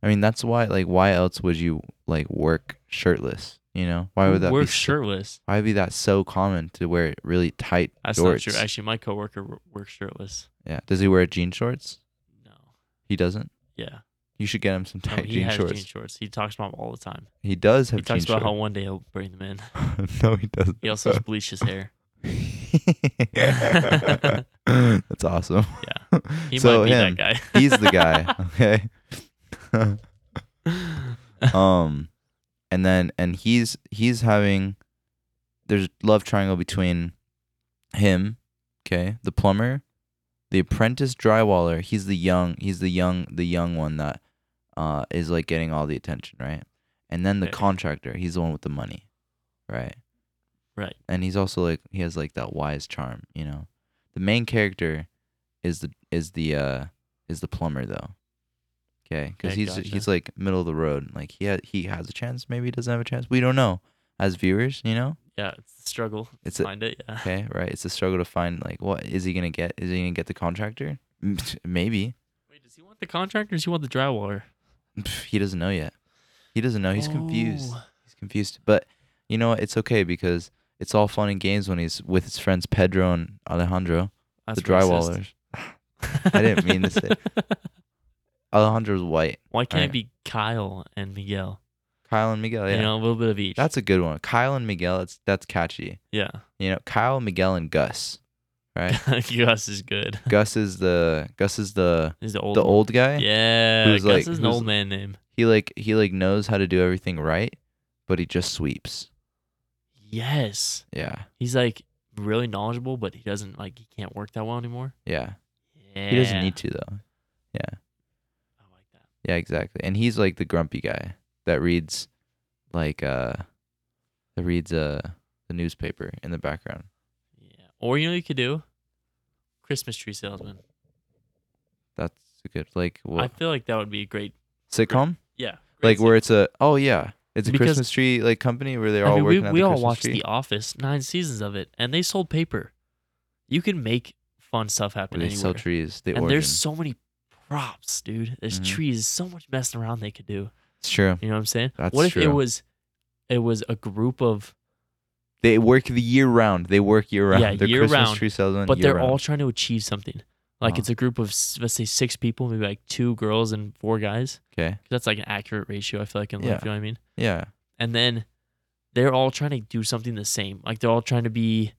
Speaker 2: I mean, that's why. Like, why else would you like work shirtless? You know, why would that
Speaker 1: We're
Speaker 2: be? so-
Speaker 1: shirtless.
Speaker 2: Why would be that so common to wear really tight
Speaker 1: That's
Speaker 2: shorts?
Speaker 1: not true. Actually, my coworker wo- works shirtless.
Speaker 2: Yeah. Does he wear jean shorts?
Speaker 1: No.
Speaker 2: He doesn't.
Speaker 1: Yeah.
Speaker 2: You should get him some
Speaker 1: No,
Speaker 2: tight
Speaker 1: he
Speaker 2: jean
Speaker 1: has
Speaker 2: shorts.
Speaker 1: jean shorts. He talks about them all the time.
Speaker 2: He does have
Speaker 1: He talks
Speaker 2: jean
Speaker 1: about how
Speaker 2: shorts.
Speaker 1: one day he'll bring them in.
Speaker 2: [laughs] no, he doesn't.
Speaker 1: He also just bleached his hair.
Speaker 2: [laughs] That's awesome.
Speaker 1: Yeah. [laughs] He
Speaker 2: so
Speaker 1: might be
Speaker 2: him,
Speaker 1: that guy.
Speaker 2: [laughs] he's the
Speaker 1: [laughs]
Speaker 2: guy. Okay. um, and then and he's he's having there's a love triangle between him, okay, the plumber, the apprentice drywaller. He's the young. He's the young. The young one that uh is like getting all the attention, right? And then the
Speaker 1: Okay.
Speaker 2: contractor. He's the one with the money, right?
Speaker 1: Right.
Speaker 2: and he's also like he has like that wise charm, you know. The main character is the is the uh is the plumber though. Okay, because
Speaker 1: Okay,
Speaker 2: he's
Speaker 1: gotcha.
Speaker 2: he's like middle of the road. Like he ha- he has a chance, maybe he doesn't have a chance. We don't know as viewers, you know.
Speaker 1: Yeah, it's a struggle.
Speaker 2: It's a,
Speaker 1: Find it. Yeah.
Speaker 2: okay, right? It's a struggle to find like what is he gonna get? Is he gonna get the contractor? Maybe
Speaker 1: Wait, does he want the contract or does he want the drywaller?
Speaker 2: Pff, he doesn't know yet. He doesn't know. He's confused.
Speaker 1: Oh,
Speaker 2: He's confused. But you know what? It's okay because it's all fun and games when he's with his friends Pedro and Alejandro,
Speaker 1: that's
Speaker 2: the
Speaker 1: racist.
Speaker 2: drywallers. I didn't mean to say- Alejandro's white.
Speaker 1: [laughs] Why can't it
Speaker 2: Alright.
Speaker 1: be Kyle and Miguel?
Speaker 2: Kyle and Miguel, yeah.
Speaker 1: You know, a little bit of each.
Speaker 2: that's a good one. Kyle and Miguel, that's that's catchy.
Speaker 1: yeah.
Speaker 2: You know, Kyle, Miguel, and Gus.
Speaker 1: [laughs]
Speaker 2: Right?
Speaker 1: Gus is good.
Speaker 2: Gus is the Gus is the
Speaker 1: He's the old.
Speaker 2: the
Speaker 1: one.
Speaker 2: old guy.
Speaker 1: Yeah.
Speaker 2: who's
Speaker 1: Gus
Speaker 2: like-
Speaker 1: is an
Speaker 2: who's-
Speaker 1: old man name.
Speaker 2: He like he like knows how to do everything right, but he just sweeps.
Speaker 1: Yes.
Speaker 2: Yeah.
Speaker 1: He's like really knowledgeable, but he doesn't like he can't work that well anymore.
Speaker 2: Yeah.
Speaker 1: Yeah.
Speaker 2: He doesn't need to though.
Speaker 1: I like that.
Speaker 2: Yeah, exactly. And he's like the grumpy guy that reads like uh that reads uh the newspaper in the background.
Speaker 1: Yeah. Or you know what you could do? Christmas tree salesman.
Speaker 2: That's a good like
Speaker 1: I
Speaker 2: what
Speaker 1: feel like that would be a great
Speaker 2: sitcom?
Speaker 1: yeah.
Speaker 2: like
Speaker 1: great
Speaker 2: where it's a oh yeah it's a
Speaker 1: Because-
Speaker 2: christmas tree like company where they're
Speaker 1: I
Speaker 2: all
Speaker 1: mean, we,
Speaker 2: working at
Speaker 1: we
Speaker 2: the
Speaker 1: all
Speaker 2: christmas
Speaker 1: watched
Speaker 2: tree
Speaker 1: The Office, nine seasons of it, and they sold paper. You can make fun stuff happen
Speaker 2: where they
Speaker 1: anywhere.
Speaker 2: sell trees the
Speaker 1: and
Speaker 2: origin
Speaker 1: there's so many props, dude. There's
Speaker 2: Mhm.
Speaker 1: trees, so much messing around they could do.
Speaker 2: it's true
Speaker 1: You know what I'm saying?
Speaker 2: That's
Speaker 1: what if it
Speaker 2: true.
Speaker 1: was, it was a group of,
Speaker 2: they work the year round they work year round
Speaker 1: Yeah,
Speaker 2: they're
Speaker 1: year
Speaker 2: christmas
Speaker 1: round,
Speaker 2: tree salesmen
Speaker 1: but
Speaker 2: year
Speaker 1: they're
Speaker 2: round.
Speaker 1: all trying to achieve something. Like
Speaker 2: Uh-huh.
Speaker 1: it's a group of s- let's say six people, maybe like two girls and four guys.
Speaker 2: okay
Speaker 1: 'Cause That's like an accurate ratio. I feel like in life,
Speaker 2: Yeah.
Speaker 1: you know what I mean?
Speaker 2: yeah
Speaker 1: And then they're all trying to do something the same. Like they're all trying to be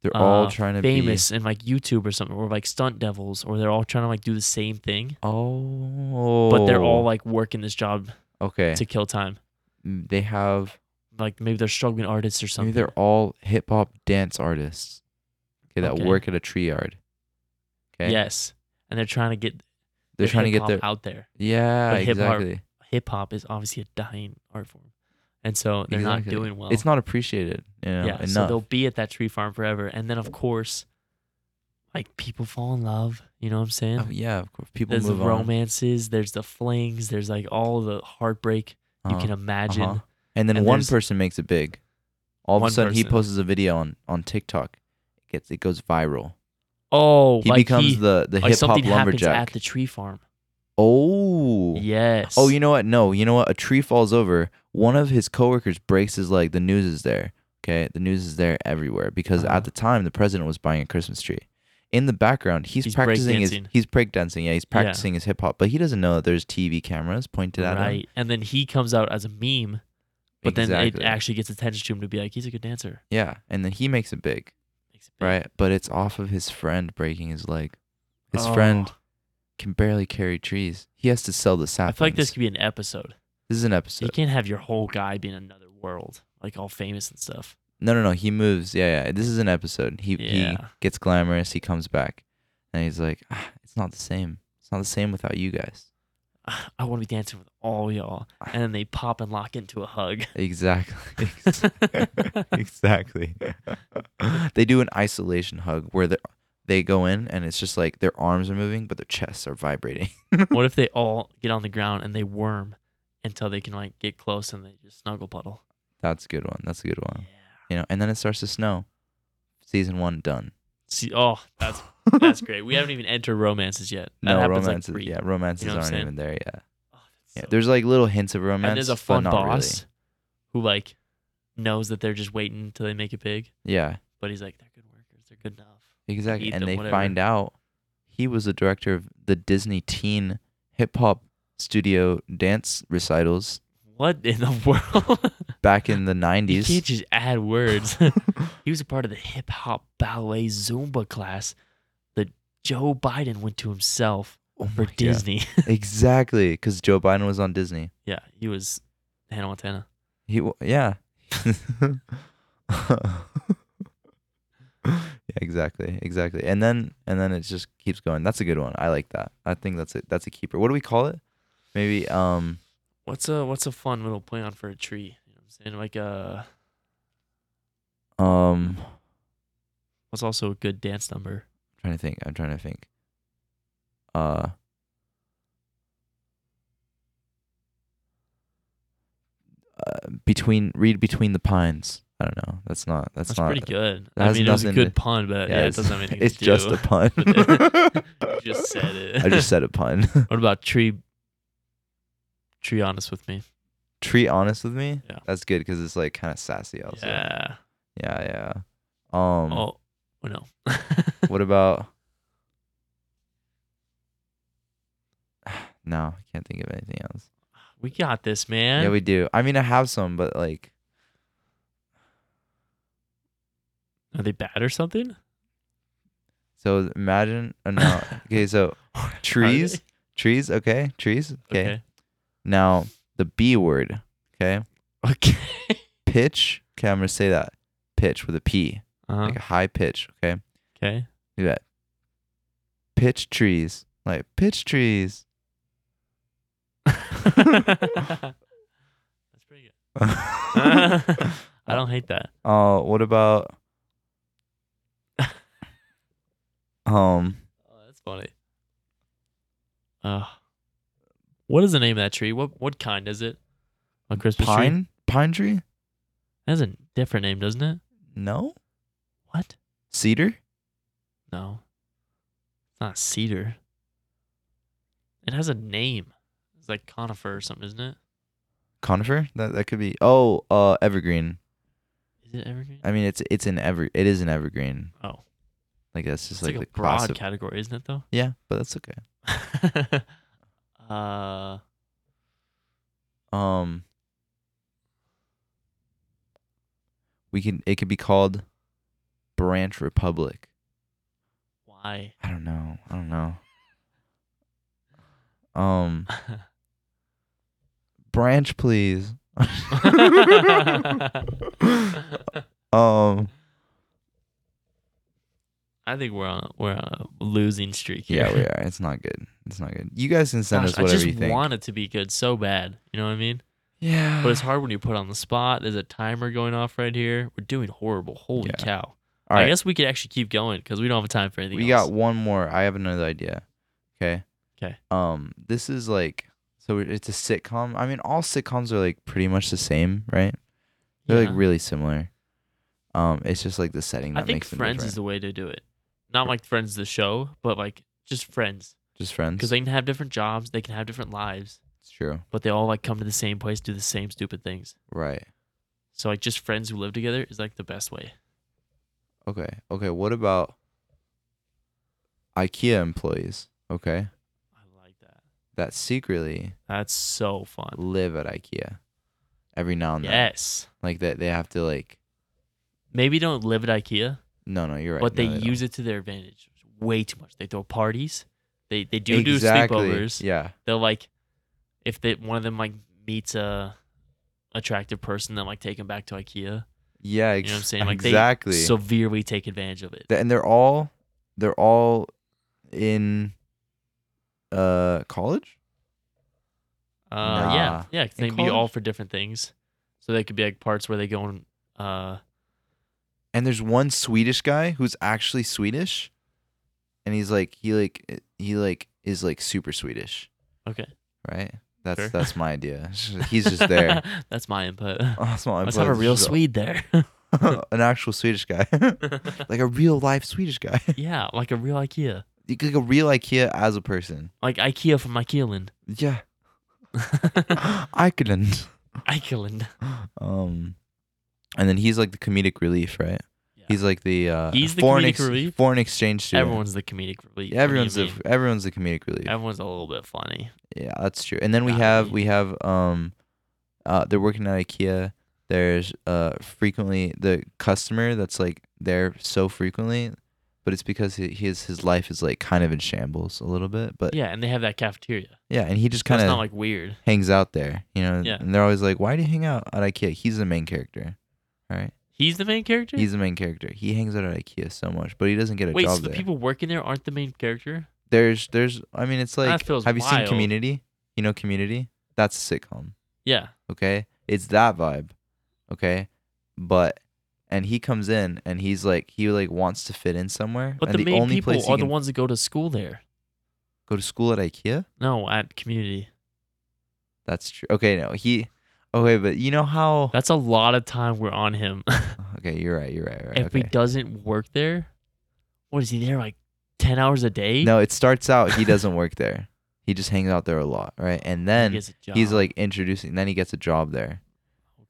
Speaker 2: they're all
Speaker 1: uh,
Speaker 2: trying to
Speaker 1: famous in like YouTube or something, or like stunt devils, or they're all trying to like do the same thing,
Speaker 2: be oh
Speaker 1: but they're all like working this job
Speaker 2: okay
Speaker 1: to kill time.
Speaker 2: Mm, they have
Speaker 1: Like maybe they're struggling artists or
Speaker 2: maybe
Speaker 1: something.
Speaker 2: they're all hip-hop dance artists okay that
Speaker 1: Okay.
Speaker 2: work at a tree yard okay
Speaker 1: Yes, and they're trying to get
Speaker 2: they're trying to get
Speaker 1: hip-hop
Speaker 2: their
Speaker 1: out there.
Speaker 2: yeah
Speaker 1: But hip-hop-
Speaker 2: exactly
Speaker 1: Hip hop is obviously a dying art form. and so they're not
Speaker 2: Exactly.
Speaker 1: doing well.
Speaker 2: it's not appreciated. You know,
Speaker 1: yeah,
Speaker 2: enough.
Speaker 1: so they'll be at that tree farm forever, and then of course, like people fall in love. You know what I'm saying?
Speaker 2: Oh, yeah, of course. People
Speaker 1: there's the
Speaker 2: move on.
Speaker 1: romances, there's the flings, there's like all the heartbreak you
Speaker 2: Uh-huh.
Speaker 1: can imagine.
Speaker 2: uh-huh. And then
Speaker 1: and
Speaker 2: one
Speaker 1: there's-
Speaker 2: person makes it big. All of a
Speaker 1: One
Speaker 2: sudden, he
Speaker 1: person.
Speaker 2: posts a video on on TikTok. It gets it goes viral.
Speaker 1: Oh,
Speaker 2: He
Speaker 1: like
Speaker 2: becomes
Speaker 1: he-
Speaker 2: the the
Speaker 1: like
Speaker 2: hip hop
Speaker 1: something
Speaker 2: lumberjack.
Speaker 1: happens at the tree farm.
Speaker 2: oh.
Speaker 1: Yes.
Speaker 2: Oh, you know what? No, you know what? A tree falls over. One of his coworkers breaks his leg. The news is there. Okay, the news is there everywhere because
Speaker 1: Uh-huh.
Speaker 2: at the time the president was buying a Christmas tree. In the background, he's,
Speaker 1: He's
Speaker 2: practicing his
Speaker 1: breakdancing.
Speaker 2: he's breakdancing. Yeah, he's
Speaker 1: Yeah.
Speaker 2: practicing his hip hop, but he doesn't know that there's TV cameras pointed at him.
Speaker 1: right. And then he comes out as a meme, but then it
Speaker 2: Exactly.
Speaker 1: actually gets attention to him to be like, he's a good dancer.
Speaker 2: Yeah, and then he makes it big,
Speaker 1: Makes it big.
Speaker 2: right? But it's off of his friend breaking his leg. His friend
Speaker 1: Oh,
Speaker 2: can barely carry trees. He has to sell the
Speaker 1: I
Speaker 2: saplings.
Speaker 1: feel like this could be an episode.
Speaker 2: This is an episode.
Speaker 1: you can't have your whole guy be in another world, like all famous and stuff. [sighs]
Speaker 2: No, no, no. He moves. Yeah, yeah. This is an episode. He he
Speaker 1: Yeah.
Speaker 2: gets glamorous. He comes back, and he's like, ah, "It's not the same. It's not the same without you guys."
Speaker 1: I want to be dancing with all y'all, and then they pop and lock into a hug. [laughs]
Speaker 2: Exactly. [laughs] exactly. they do an isolation hug where they they go in, and it's just like their arms are moving, but their chests are vibrating. [laughs]
Speaker 1: what if they all get on the ground and they worm until they can like get close and they just snuggle puddle?
Speaker 2: That's a good one. That's a good one.
Speaker 1: Yeah.
Speaker 2: You know, and then it starts to snow. Season one done.
Speaker 1: See, oh,
Speaker 2: [laughs]
Speaker 1: that's that's great. We haven't even entered romances yet. That
Speaker 2: no
Speaker 1: happens, like,
Speaker 2: romances.
Speaker 1: brief.
Speaker 2: yeah, romances
Speaker 1: You know what I'm
Speaker 2: aren't
Speaker 1: saying?
Speaker 2: even there yet.
Speaker 1: Oh, that's
Speaker 2: Yeah,
Speaker 1: so
Speaker 2: there's like little hints of romance.
Speaker 1: and there's a
Speaker 2: but
Speaker 1: fun
Speaker 2: not really.
Speaker 1: boss who like knows that they're just waiting until they make it big,
Speaker 2: Yeah.
Speaker 1: but he's like, they're good workers, they're good enough.
Speaker 2: Exactly.
Speaker 1: eat
Speaker 2: And
Speaker 1: them,
Speaker 2: they
Speaker 1: whatever.
Speaker 2: find out he was the director of the Disney teen hip hop studio dance recitals
Speaker 1: What in the [laughs] world?
Speaker 2: back in
Speaker 1: [laughs]
Speaker 2: the
Speaker 1: you
Speaker 2: 90s.
Speaker 1: can't just add
Speaker 2: [laughs]
Speaker 1: words. [laughs] he was a part of the hip hop ballet Zumba class that Joe Biden went to himself
Speaker 2: Oh
Speaker 1: for
Speaker 2: my God.
Speaker 1: Disney.
Speaker 2: exactly. Because Joe Biden was on Disney.
Speaker 1: yeah, he was Hannah Montana.
Speaker 2: He, wa- yeah. [laughs] yeah, exactly. Exactly. And then, and then it just keeps going. That's a good one. I like that. I think that's a, that's a keeper. What do we call it? Maybe, um,
Speaker 1: What's a what's a fun little play on for a tree? You know what I'm saying? Like uh
Speaker 2: um,
Speaker 1: what's also a good dance number?
Speaker 2: trying to think. I'm trying to think. Uh uh, between read between the pines. I don't know. That's not. That's,
Speaker 1: That's
Speaker 2: not.
Speaker 1: pretty
Speaker 2: [laughs]
Speaker 1: good.
Speaker 2: that
Speaker 1: I
Speaker 2: has
Speaker 1: mean, it was a
Speaker 2: nothing to-
Speaker 1: good pun, but yeah, it
Speaker 2: it's- [laughs]
Speaker 1: doesn't have anything
Speaker 2: It's
Speaker 1: to do.
Speaker 2: just a pun.
Speaker 1: [laughs] You
Speaker 2: [laughs]
Speaker 1: just said it.
Speaker 2: I just said a pun. [laughs]
Speaker 1: What about tree? Tree honest with me.
Speaker 2: Tree honest with me.
Speaker 1: Yeah.
Speaker 2: That's good because it's like kind of sassy. Also.
Speaker 1: Yeah.
Speaker 2: Yeah. yeah. Um.
Speaker 1: Oh, oh no. [laughs]
Speaker 2: What about? [sighs] no, I can't think of anything else.
Speaker 1: we got this, man.
Speaker 2: Yeah, we do. I mean, I have some, but like,
Speaker 1: Are they bad or something?
Speaker 2: so imagine.
Speaker 1: [laughs]
Speaker 2: Oh, no. okay, so
Speaker 1: Are
Speaker 2: [laughs] trees,
Speaker 1: they?
Speaker 2: trees. Okay, trees. Okay. Now the B word. Okay.
Speaker 1: Okay.
Speaker 2: Pitch. Okay, I'm gonna say that. Pitch with a P,
Speaker 1: Uh-huh.
Speaker 2: like a high pitch. Okay. [laughs]
Speaker 1: Okay.
Speaker 2: Do that. Pitch trees, like
Speaker 1: [laughs]
Speaker 2: pitch trees. [laughs]
Speaker 1: That's pretty good. [laughs]
Speaker 2: uh,
Speaker 1: I don't hate that. [laughs]
Speaker 2: what about? Um,
Speaker 1: Oh, that's funny. Uh, what is the name of that tree? What what kind is it? A Christmas tree?
Speaker 2: pine, pine tree.
Speaker 1: It has a different name, doesn't it?
Speaker 2: No,
Speaker 1: What?
Speaker 2: cedar.
Speaker 1: No. It's not cedar. It has a name. It's like conifer or something, isn't it?
Speaker 2: conifer that that could be oh uh evergreen
Speaker 1: Is it evergreen?
Speaker 2: i mean it's it's an ever it is an evergreen
Speaker 1: oh.
Speaker 2: like that's just
Speaker 1: It's
Speaker 2: like,
Speaker 1: like, a
Speaker 2: the class
Speaker 1: broad
Speaker 2: of-
Speaker 1: category, isn't it though? [laughs]
Speaker 2: yeah but that's okay
Speaker 1: uh
Speaker 2: um we can it could be called branch republic
Speaker 1: why? [laughs]
Speaker 2: i don't know i don't know um branch please
Speaker 1: I
Speaker 2: um
Speaker 1: think we're on we're on a losing streak here. [laughs]
Speaker 2: yeah we are it's not good it's not good you guys can send
Speaker 1: Gosh,
Speaker 2: us
Speaker 1: I
Speaker 2: whatever
Speaker 1: just
Speaker 2: you think
Speaker 1: want it to be good so bad. You know what I mean?
Speaker 2: Yeah.
Speaker 1: But it's hard when you put on the spot. There's a timer going off right here. We're doing horrible. Holy
Speaker 2: Yeah.
Speaker 1: cow.
Speaker 2: All
Speaker 1: I
Speaker 2: right.
Speaker 1: guess we could actually keep going because we don't have time for anything
Speaker 2: We
Speaker 1: else.
Speaker 2: got one more. I have another idea. Okay.
Speaker 1: 'Kay.
Speaker 2: Um, this is like so it's a sitcom. I mean, all sitcoms are like pretty much the same, right? They're
Speaker 1: Yeah.
Speaker 2: like really similar. Um, it's just like the setting that
Speaker 1: I think
Speaker 2: makes them
Speaker 1: Friends is
Speaker 2: different.
Speaker 1: the way to do it. Not like Friends the show, but like just friends.
Speaker 2: just friends.
Speaker 1: Because they can have different jobs, they can have different lives,
Speaker 2: it's true,
Speaker 1: but they all like come to the same place, do the same stupid things.
Speaker 2: right?
Speaker 1: So like just friends who live together is like the best way.
Speaker 2: Okay, okay. What about IKEA employees? Okay,
Speaker 1: I like that.
Speaker 2: that secretly
Speaker 1: That's so fun.
Speaker 2: live at IKEA every now and then.
Speaker 1: Yes.
Speaker 2: Like that, they have to like.
Speaker 1: Maybe don't live at IKEA,
Speaker 2: No, no, you're right.
Speaker 1: but
Speaker 2: no,
Speaker 1: they,
Speaker 2: don't.
Speaker 1: use it to their advantage way too much. They throw parties. They they do
Speaker 2: exactly.
Speaker 1: do sleepovers.
Speaker 2: Yeah,
Speaker 1: They'll like if they one of them like meets a attractive person, they'll like take them back to IKEA.
Speaker 2: yeah.
Speaker 1: You know what I'm
Speaker 2: ex-
Speaker 1: saying? Like
Speaker 2: exactly.
Speaker 1: they severely take advantage of it.
Speaker 2: Th- and they're all they're all in uh college
Speaker 1: Uh,
Speaker 2: Nah.
Speaker 1: Yeah, yeah. 'cause
Speaker 2: In
Speaker 1: they can be all
Speaker 2: college?
Speaker 1: for different things. So they could be like parts where they go and uh,
Speaker 2: and there's one swedish guy who's actually swedish and he's like he like i- he like is like super swedish
Speaker 1: okay.
Speaker 2: right that's
Speaker 1: Sure.
Speaker 2: that's my idea [laughs] he's just
Speaker 1: [laughs]
Speaker 2: there [laughs] Oh,
Speaker 1: That's my input.
Speaker 2: That's my
Speaker 1: Let's have a
Speaker 2: input.
Speaker 1: real
Speaker 2: Just
Speaker 1: Swede there.
Speaker 2: [laughs]
Speaker 1: [laughs]
Speaker 2: an actual swedish guy [laughs] like a real life swedish guy [laughs]
Speaker 1: yeah, like a real IKEA,
Speaker 2: like a real ikea as a person
Speaker 1: like IKEA from IKEAland. [laughs]
Speaker 2: yeah [gasps] Ikeland.
Speaker 1: IKEAland.
Speaker 2: um and then he's like the comedic relief right
Speaker 1: Yeah.
Speaker 2: He's like the uh,
Speaker 1: He's the
Speaker 2: foreign
Speaker 1: comedic
Speaker 2: ex-
Speaker 1: relief.
Speaker 2: foreign exchange student.
Speaker 1: Everyone's the comedic relief.
Speaker 2: Yeah, everyone's
Speaker 1: the
Speaker 2: the everyone's the comedic relief.
Speaker 1: everyone's a little bit funny.
Speaker 2: yeah, that's true. And then we
Speaker 1: Gotta
Speaker 2: have
Speaker 1: be.
Speaker 2: we have um, uh, they're working at IKEA. There's uh frequently the customer that's like there so frequently, but it's because he, his his life is like kind of in shambles a little bit. But yeah,
Speaker 1: Yeah, and they have that cafeteria.
Speaker 2: and he just
Speaker 1: Kind
Speaker 2: kind
Speaker 1: of
Speaker 2: of
Speaker 1: not like weird.
Speaker 2: hangs out there, you know.
Speaker 1: Yeah.
Speaker 2: And they're always like, "Why do you hang out at IKEA?" He's the main character. All right,
Speaker 1: He's the main character.
Speaker 2: he's the main character. He hangs out at IKEA so much, but he doesn't get a
Speaker 1: Wait,
Speaker 2: job
Speaker 1: so the
Speaker 2: there.
Speaker 1: people working there aren't the main character?
Speaker 2: There's there's I mean it's
Speaker 1: That
Speaker 2: like
Speaker 1: feels
Speaker 2: have you seen
Speaker 1: wild.
Speaker 2: Community? You know Community? That's a sitcom.
Speaker 1: Yeah.
Speaker 2: Okay? It's that vibe. Okay? But and he comes in and he's like he like wants to fit in somewhere.
Speaker 1: But
Speaker 2: and
Speaker 1: the, main people
Speaker 2: place he
Speaker 1: are the
Speaker 2: can
Speaker 1: ones that go to school there.
Speaker 2: go to school at IKEA?
Speaker 1: No, at community.
Speaker 2: That's true. Okay, no. He Okay, but you know how
Speaker 1: That's a lot of time we're on him. [laughs]
Speaker 2: [sighs] Okay, you're right, you're right, you're right.
Speaker 1: if he
Speaker 2: okay.
Speaker 1: doesn't work there, what is he there like ten hours a day?
Speaker 2: No, it starts out he doesn't work there. He just hangs out there a lot, right? And
Speaker 1: He
Speaker 2: then
Speaker 1: gets a job.
Speaker 2: he's like introducing then he gets a job there.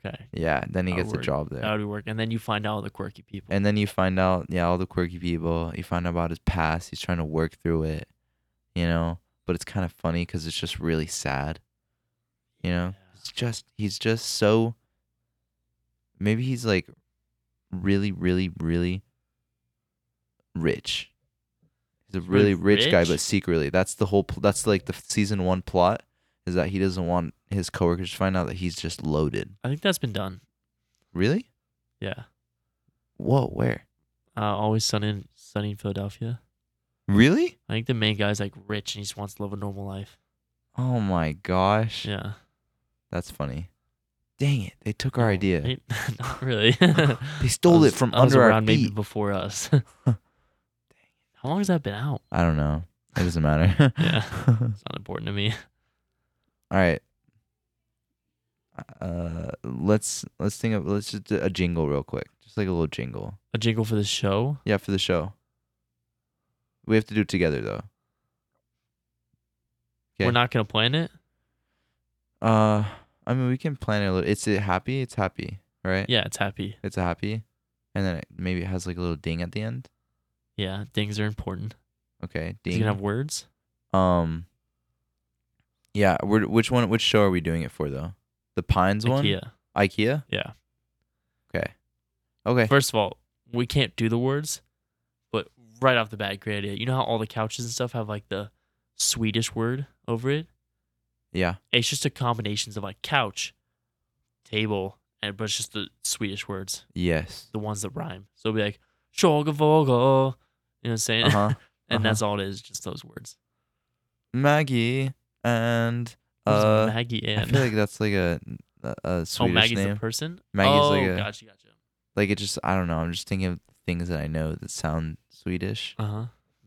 Speaker 1: okay,
Speaker 2: Yeah, then he
Speaker 1: That
Speaker 2: gets a
Speaker 1: work-
Speaker 2: job there.
Speaker 1: that would work. And then you find out the quirky people.
Speaker 2: and then you find out yeah all the quirky people you find out about his past he's trying to work through it you know but it's kind of funny because it's just really sad you know it's just he's just so maybe he's like really really really rich he's a
Speaker 1: Really
Speaker 2: really rich, guy
Speaker 1: rich?
Speaker 2: but secretly that's the whole pl- that's like the season one plot is that he doesn't want his coworkers to find out that he's just loaded
Speaker 1: I think that's been done.
Speaker 2: really
Speaker 1: Yeah.
Speaker 2: whoa where
Speaker 1: Uh, always sunny, in- sunny in Philadelphia.
Speaker 2: really
Speaker 1: I think the main guy's like rich and he just wants to live a normal life.
Speaker 2: oh my gosh
Speaker 1: Yeah.
Speaker 2: That's funny. Dang it! They took our idea.
Speaker 1: Right? [laughs] Not really.
Speaker 2: they [laughs] stole
Speaker 1: I Oh, was-
Speaker 2: it from
Speaker 1: I was
Speaker 2: under our
Speaker 1: around
Speaker 2: feet.
Speaker 1: maybe before
Speaker 2: [laughs]
Speaker 1: us. How long has that been out?
Speaker 2: I don't know. It doesn't matter.
Speaker 1: [laughs]
Speaker 2: [laughs]
Speaker 1: Yeah. It's not important to me.
Speaker 2: All right. Uh, let's let's think of let's just do a jingle real quick, just like a little jingle.
Speaker 1: A jingle for the show.
Speaker 2: Yeah, for the show. We have to do it together though. Okay.
Speaker 1: We're not gonna plan it.
Speaker 2: Uh, I mean we can plan it a little. It's a happy. It's happy, right?
Speaker 1: Yeah, it's happy.
Speaker 2: It's a happy, and then it, maybe it has like a little ding at the end.
Speaker 1: Yeah, things are important.
Speaker 2: Okay,
Speaker 1: Is
Speaker 2: ding.
Speaker 1: it gonna have words?
Speaker 2: Um. Yeah, we're, which one? Which show are we doing it for though? The Pines one.
Speaker 1: IKEA.
Speaker 2: IKEA.
Speaker 1: Yeah.
Speaker 2: Okay. Okay.
Speaker 1: First of all, we can't do the words, but right off the bat, great idea. You know how all the couches and stuff have like the Swedish word over it?
Speaker 2: yeah.
Speaker 1: It's just a combinations of like couch, table, and but it's just the Swedish words, [laughs]
Speaker 2: Yes.
Speaker 1: the ones that rhyme. So it'll be like Sjogavogo. You know what I'm saying?
Speaker 2: Uh huh.
Speaker 1: and
Speaker 2: uh-huh.
Speaker 1: that's all it is, just those words.
Speaker 2: Maggie uh, and
Speaker 1: Who's
Speaker 2: uh.
Speaker 1: Maggie
Speaker 2: I
Speaker 1: and
Speaker 2: feel like that's like a a, a
Speaker 1: Oh,
Speaker 2: Swedish
Speaker 1: Maggie's
Speaker 2: name.
Speaker 1: the person.
Speaker 2: Maggie's
Speaker 1: oh,
Speaker 2: like a-
Speaker 1: gotcha, gotcha.
Speaker 2: like it just I don't know. I'm just thinking of things that I know that sound Swedish.
Speaker 1: Uh huh.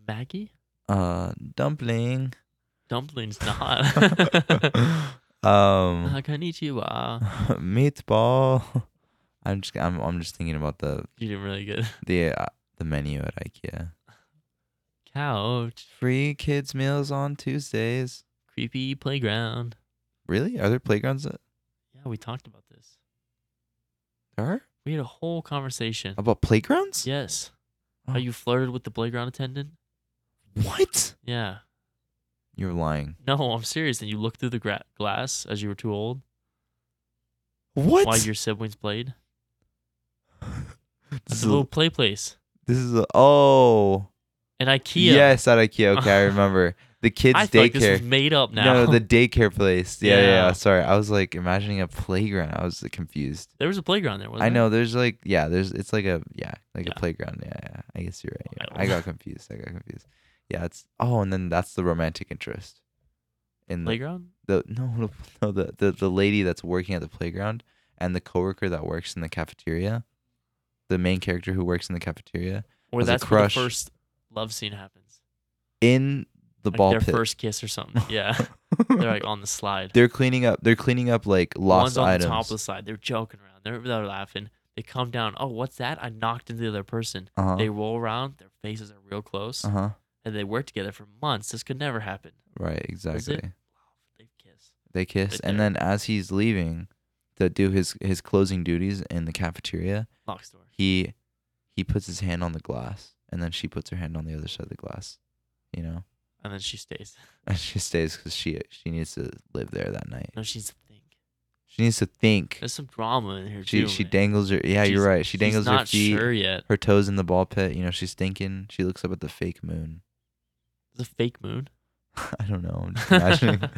Speaker 1: Maggie
Speaker 2: Uh, dumpling. [laughs]
Speaker 1: dumplings not.
Speaker 2: um,
Speaker 1: [laughs] Ah, Konnichiwa.
Speaker 2: [laughs] meatball. [laughs] I'm just I'm I'm just thinking about the
Speaker 1: You did really good.
Speaker 2: the uh, the menu at IKEA.
Speaker 1: Couch,
Speaker 2: Free kids meals on Tuesdays.
Speaker 1: creepy playground.
Speaker 2: Really? Are there playgrounds? That
Speaker 1: Yeah, we talked about this.
Speaker 2: there are
Speaker 1: We had a whole conversation.
Speaker 2: about playgrounds?
Speaker 1: Yes.
Speaker 2: Oh.
Speaker 1: How you flirted with the playground attendant?
Speaker 2: What?
Speaker 1: Yeah.
Speaker 2: You're lying.
Speaker 1: No, I'm serious. And you looked through the gra- glass as you were too old
Speaker 2: What?
Speaker 1: while your siblings played.
Speaker 2: this,
Speaker 1: It's
Speaker 2: is
Speaker 1: a
Speaker 2: a,
Speaker 1: little play place.
Speaker 2: this is a oh
Speaker 1: And IKEA.
Speaker 2: yes at
Speaker 1: [laughs]
Speaker 2: IKEA. Okay, I remember the kids
Speaker 1: I feel like this was
Speaker 2: daycare.
Speaker 1: made up now.
Speaker 2: no, the daycare place. Yeah, yeah, yeah.
Speaker 1: Yeah.
Speaker 2: Sorry, I was like imagining a playground. I was confused.
Speaker 1: [laughs] there was a playground there, wasn't
Speaker 2: I
Speaker 1: there?
Speaker 2: know there's like yeah, there's it's like a yeah, like
Speaker 1: Yeah.
Speaker 2: a playground. Yeah, yeah. I guess you're right.
Speaker 1: I
Speaker 2: yeah.
Speaker 1: don't
Speaker 2: I, got confused. I got confused. Yeah, it's oh, and then that's the romantic interest. In the,
Speaker 1: Playground?
Speaker 2: the no no, [laughs] no the, the the lady that's working at the playground and the coworker that works in the cafeteria, the main character who works in the cafeteria
Speaker 1: Or
Speaker 2: was a
Speaker 1: that's where the
Speaker 2: crush.
Speaker 1: first love scene happens.
Speaker 2: in the
Speaker 1: Like
Speaker 2: ball
Speaker 1: their
Speaker 2: pit. [laughs]
Speaker 1: first kiss or something. Yeah. They're like on the slide.
Speaker 2: they're cleaning up. They're cleaning up like
Speaker 1: One's
Speaker 2: lost
Speaker 1: on
Speaker 2: items.
Speaker 1: the top of the slide. They're joking around. They're, they're laughing. They come down. Oh, what's that? I knocked into the other person.
Speaker 2: uh-huh.
Speaker 1: They roll around. Their faces are real close.
Speaker 2: uh-huh.
Speaker 1: And they work together for months. This could never happen.
Speaker 2: Right,
Speaker 1: Is it?
Speaker 2: exactly.
Speaker 1: They kiss.
Speaker 2: They kiss,
Speaker 1: Right
Speaker 2: and
Speaker 1: there.
Speaker 2: then as he's leaving to do his his closing duties in the cafeteria,
Speaker 1: Lock store.
Speaker 2: he he puts his hand on the glass, and then she puts her hand on the other side of the glass. You know, [laughs]
Speaker 1: And then she stays. [laughs]
Speaker 2: and she stays because she she needs to live there that night.
Speaker 1: No, she's a thing.
Speaker 2: She needs to think.
Speaker 1: There's some drama in here
Speaker 2: She
Speaker 1: too.
Speaker 2: she
Speaker 1: man.
Speaker 2: dangles her. Yeah, you're
Speaker 1: She's-
Speaker 2: right. She
Speaker 1: she's
Speaker 2: dangles her
Speaker 1: not
Speaker 2: feet,
Speaker 1: sure yet.
Speaker 2: her toes in the ball pit. You know, she's thinking. She looks up at the fake moon. [laughs]
Speaker 1: It's a fake
Speaker 2: [gasps]
Speaker 1: moon.
Speaker 2: I don't know. I'm
Speaker 1: [laughs]
Speaker 2: just imagining.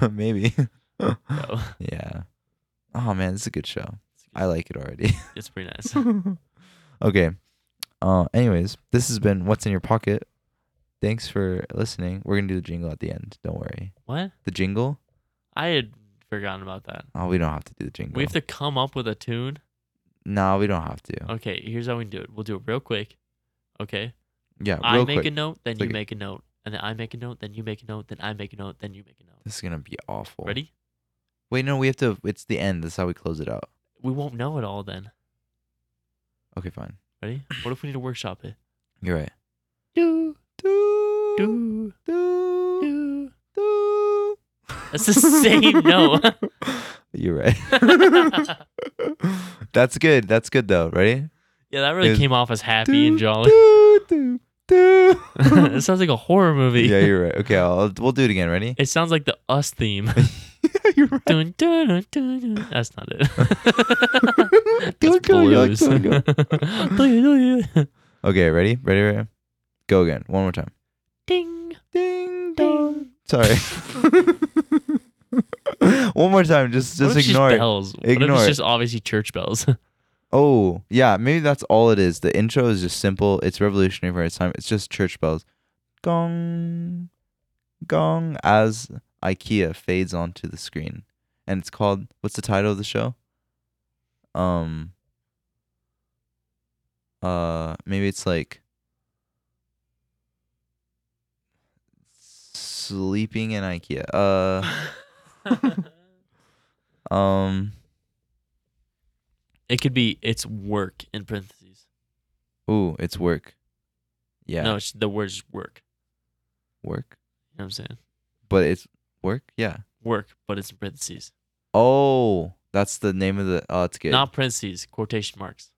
Speaker 2: [laughs] Maybe. [laughs]
Speaker 1: No.
Speaker 2: yeah. Oh man, it's a good show. I like it already.
Speaker 1: It's pretty nice. [laughs]
Speaker 2: [laughs] okay. Uh, anyways, this has been What's in Your Pocket. Thanks for listening. We're going to do the jingle at the end. Don't worry.
Speaker 1: What?
Speaker 2: The jingle?
Speaker 1: I had forgotten about that.
Speaker 2: Oh, we don't have to do the jingle.
Speaker 1: We have to come up with a tune.
Speaker 2: No, we don't have to.
Speaker 1: Okay, here's how we can do it. We'll do it real quick. Okay.
Speaker 2: Yeah, real
Speaker 1: I make
Speaker 2: quick.
Speaker 1: a note, then you
Speaker 2: Like-
Speaker 1: make a note, and then I make a note, then you make a note, then I make a note, then you make a note.
Speaker 2: this is going to be awful.
Speaker 1: Ready?
Speaker 2: Wait, no, we have to. It's the end. That's how we close it out.
Speaker 1: We won't know it all then.
Speaker 2: Okay, fine.
Speaker 1: Ready? What if we need to workshop
Speaker 2: [laughs]
Speaker 1: it?
Speaker 2: You're right.
Speaker 1: Do
Speaker 2: Do,
Speaker 1: do
Speaker 2: do,
Speaker 1: do.
Speaker 2: do.
Speaker 1: That's the
Speaker 2: [laughs]
Speaker 1: same [laughs] note.
Speaker 2: You're right. [laughs] That's good. That's good, though. Ready?
Speaker 1: yeah, that really
Speaker 2: Is-
Speaker 1: came off as happy and
Speaker 2: Do,
Speaker 1: jolly.
Speaker 2: do, do, do.
Speaker 1: [laughs]
Speaker 2: [laughs]
Speaker 1: it sounds like a horror movie.
Speaker 2: yeah, you're right. Okay, I'll, we'll do it again. Ready?
Speaker 1: [laughs] It sounds like the Us theme. [laughs]
Speaker 2: you're right.
Speaker 1: dun, dun, dun, dun, dun. That's not
Speaker 2: [laughs]
Speaker 1: it.
Speaker 2: Dun,
Speaker 1: That's
Speaker 2: dun, dun,
Speaker 1: blues.
Speaker 2: dun, [laughs] dun.
Speaker 1: Dun, dun.
Speaker 2: Okay, ready? Ready? Ready? Go again. One more time.
Speaker 1: Ding.
Speaker 2: Ding dong. Sorry. [laughs] One more time. Just
Speaker 1: What if
Speaker 2: just
Speaker 1: it's
Speaker 2: ignore
Speaker 1: just
Speaker 2: it.
Speaker 1: bells. What if
Speaker 2: Ignore
Speaker 1: it's
Speaker 2: it.
Speaker 1: just obviously church
Speaker 2: [laughs]
Speaker 1: bells? [laughs]
Speaker 2: Oh yeah, maybe that's all it is. The intro is just simple. It's revolutionary for its time. It's just church bells. Gong, gong. As IKEA fades onto the screen, and it's called. What's the title of the show? Um. Uh, maybe it's like. Sleeping in IKEA. Uh, um.
Speaker 1: it could be it's work in parentheses.
Speaker 2: Ooh, it's work. Yeah,
Speaker 1: No, it's, the word is work.
Speaker 2: work.
Speaker 1: You know what I'm saying?
Speaker 2: but it's work. Yeah.
Speaker 1: Work, but it's in parentheses.
Speaker 2: Oh, that's the name of the. Oh, it's good.
Speaker 1: Not parentheses, quotation marks.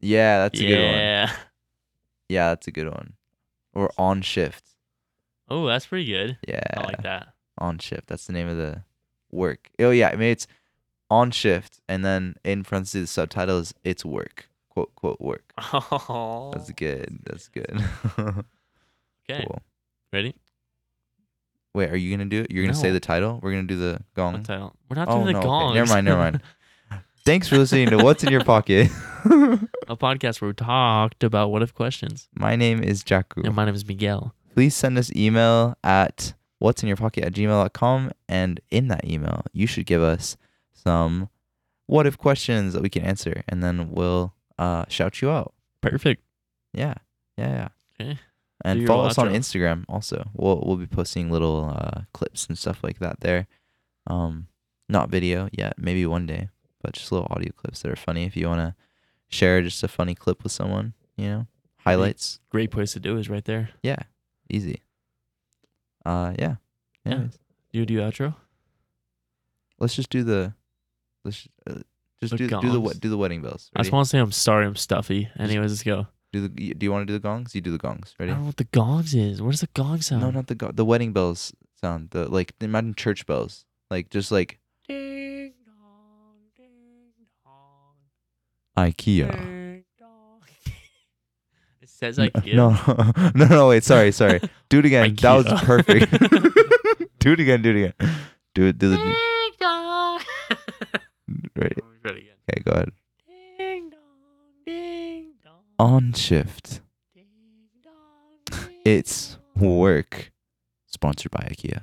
Speaker 2: yeah, that's a
Speaker 1: yeah. [laughs]
Speaker 2: good one. Yeah, that's a good one. Or on shift.
Speaker 1: Oh, that's pretty good.
Speaker 2: Yeah,
Speaker 1: I like that. [laughs]
Speaker 2: on shift. That's the name of the work. Oh yeah, maybe it's on shift, and then in parentheses the subtitle is "It's work." Quote quote work.
Speaker 1: Oh.
Speaker 2: That's good. That's good.
Speaker 1: [laughs] Okay.
Speaker 2: cool.
Speaker 1: Ready?
Speaker 2: Wait, are you gonna do it? You're gonna say
Speaker 1: No.
Speaker 2: the title. We're gonna do the
Speaker 1: What
Speaker 2: gong.
Speaker 1: title? We're not
Speaker 2: Oh
Speaker 1: doing the
Speaker 2: no.
Speaker 1: gong.
Speaker 2: Okay. Never mind.
Speaker 1: [laughs]
Speaker 2: Never mind. Thanks for listening to What's in Your Pocket. [laughs]
Speaker 1: a podcast where we talked about what if questions.
Speaker 2: My name is Jaku.
Speaker 1: And my name is Miguel.
Speaker 2: please send us email at what's in your pocket at gmail.com and in that email you should give us some what if questions that we can answer, and then we'll uh, shout you out.
Speaker 1: Perfect.
Speaker 2: Yeah, yeah, yeah.
Speaker 1: Okay. Do
Speaker 2: And
Speaker 1: your
Speaker 2: follow us on
Speaker 1: outro.
Speaker 2: Instagram also. We'll we'll be posting little uh, clips and stuff like that there. Um, not video yet, maybe one day, but just little audio clips that are funny. If you wanna share just a funny clip with someone, you know, highlights.
Speaker 1: Great place to do is right there.
Speaker 2: Yeah, easy. Uh, yeah.
Speaker 1: Yeah.
Speaker 2: Anyways,
Speaker 1: Do you do outro?
Speaker 2: Let's just do the. Let's just, uh, just
Speaker 1: The
Speaker 2: do do the
Speaker 1: gongs.
Speaker 2: wed- do the wedding bells.
Speaker 1: I just
Speaker 2: Ready?
Speaker 1: want to say I'm sorry. I'm stuffy. Anyways, let's go.
Speaker 2: do the. you- Do you want to do the gongs? You do the gongs.
Speaker 1: I
Speaker 2: Ready?
Speaker 1: don't know what the gongs is. What does the gong sound?
Speaker 2: No, not the go- the wedding bells sound. The like imagine church bells. Like just like
Speaker 1: Ding dong, ding dong,
Speaker 2: IKEA.
Speaker 1: ding dong. [laughs] it says like
Speaker 2: [laughs] No, [laughs] no, no. Wait,
Speaker 1: [laughs]
Speaker 2: sorry, sorry. Do it again. That was
Speaker 1: IKEA. [laughs]
Speaker 2: perfect. [laughs] do it again. Do it again. Do it. Do the.
Speaker 1: Ding dong.
Speaker 2: Right.
Speaker 1: Ready again.
Speaker 2: Okay, go ahead.
Speaker 1: Ding dong, ding dong.
Speaker 2: On shift.
Speaker 1: Ding dong. ding
Speaker 2: It's
Speaker 1: dong.
Speaker 2: work. Sponsored by IKEA.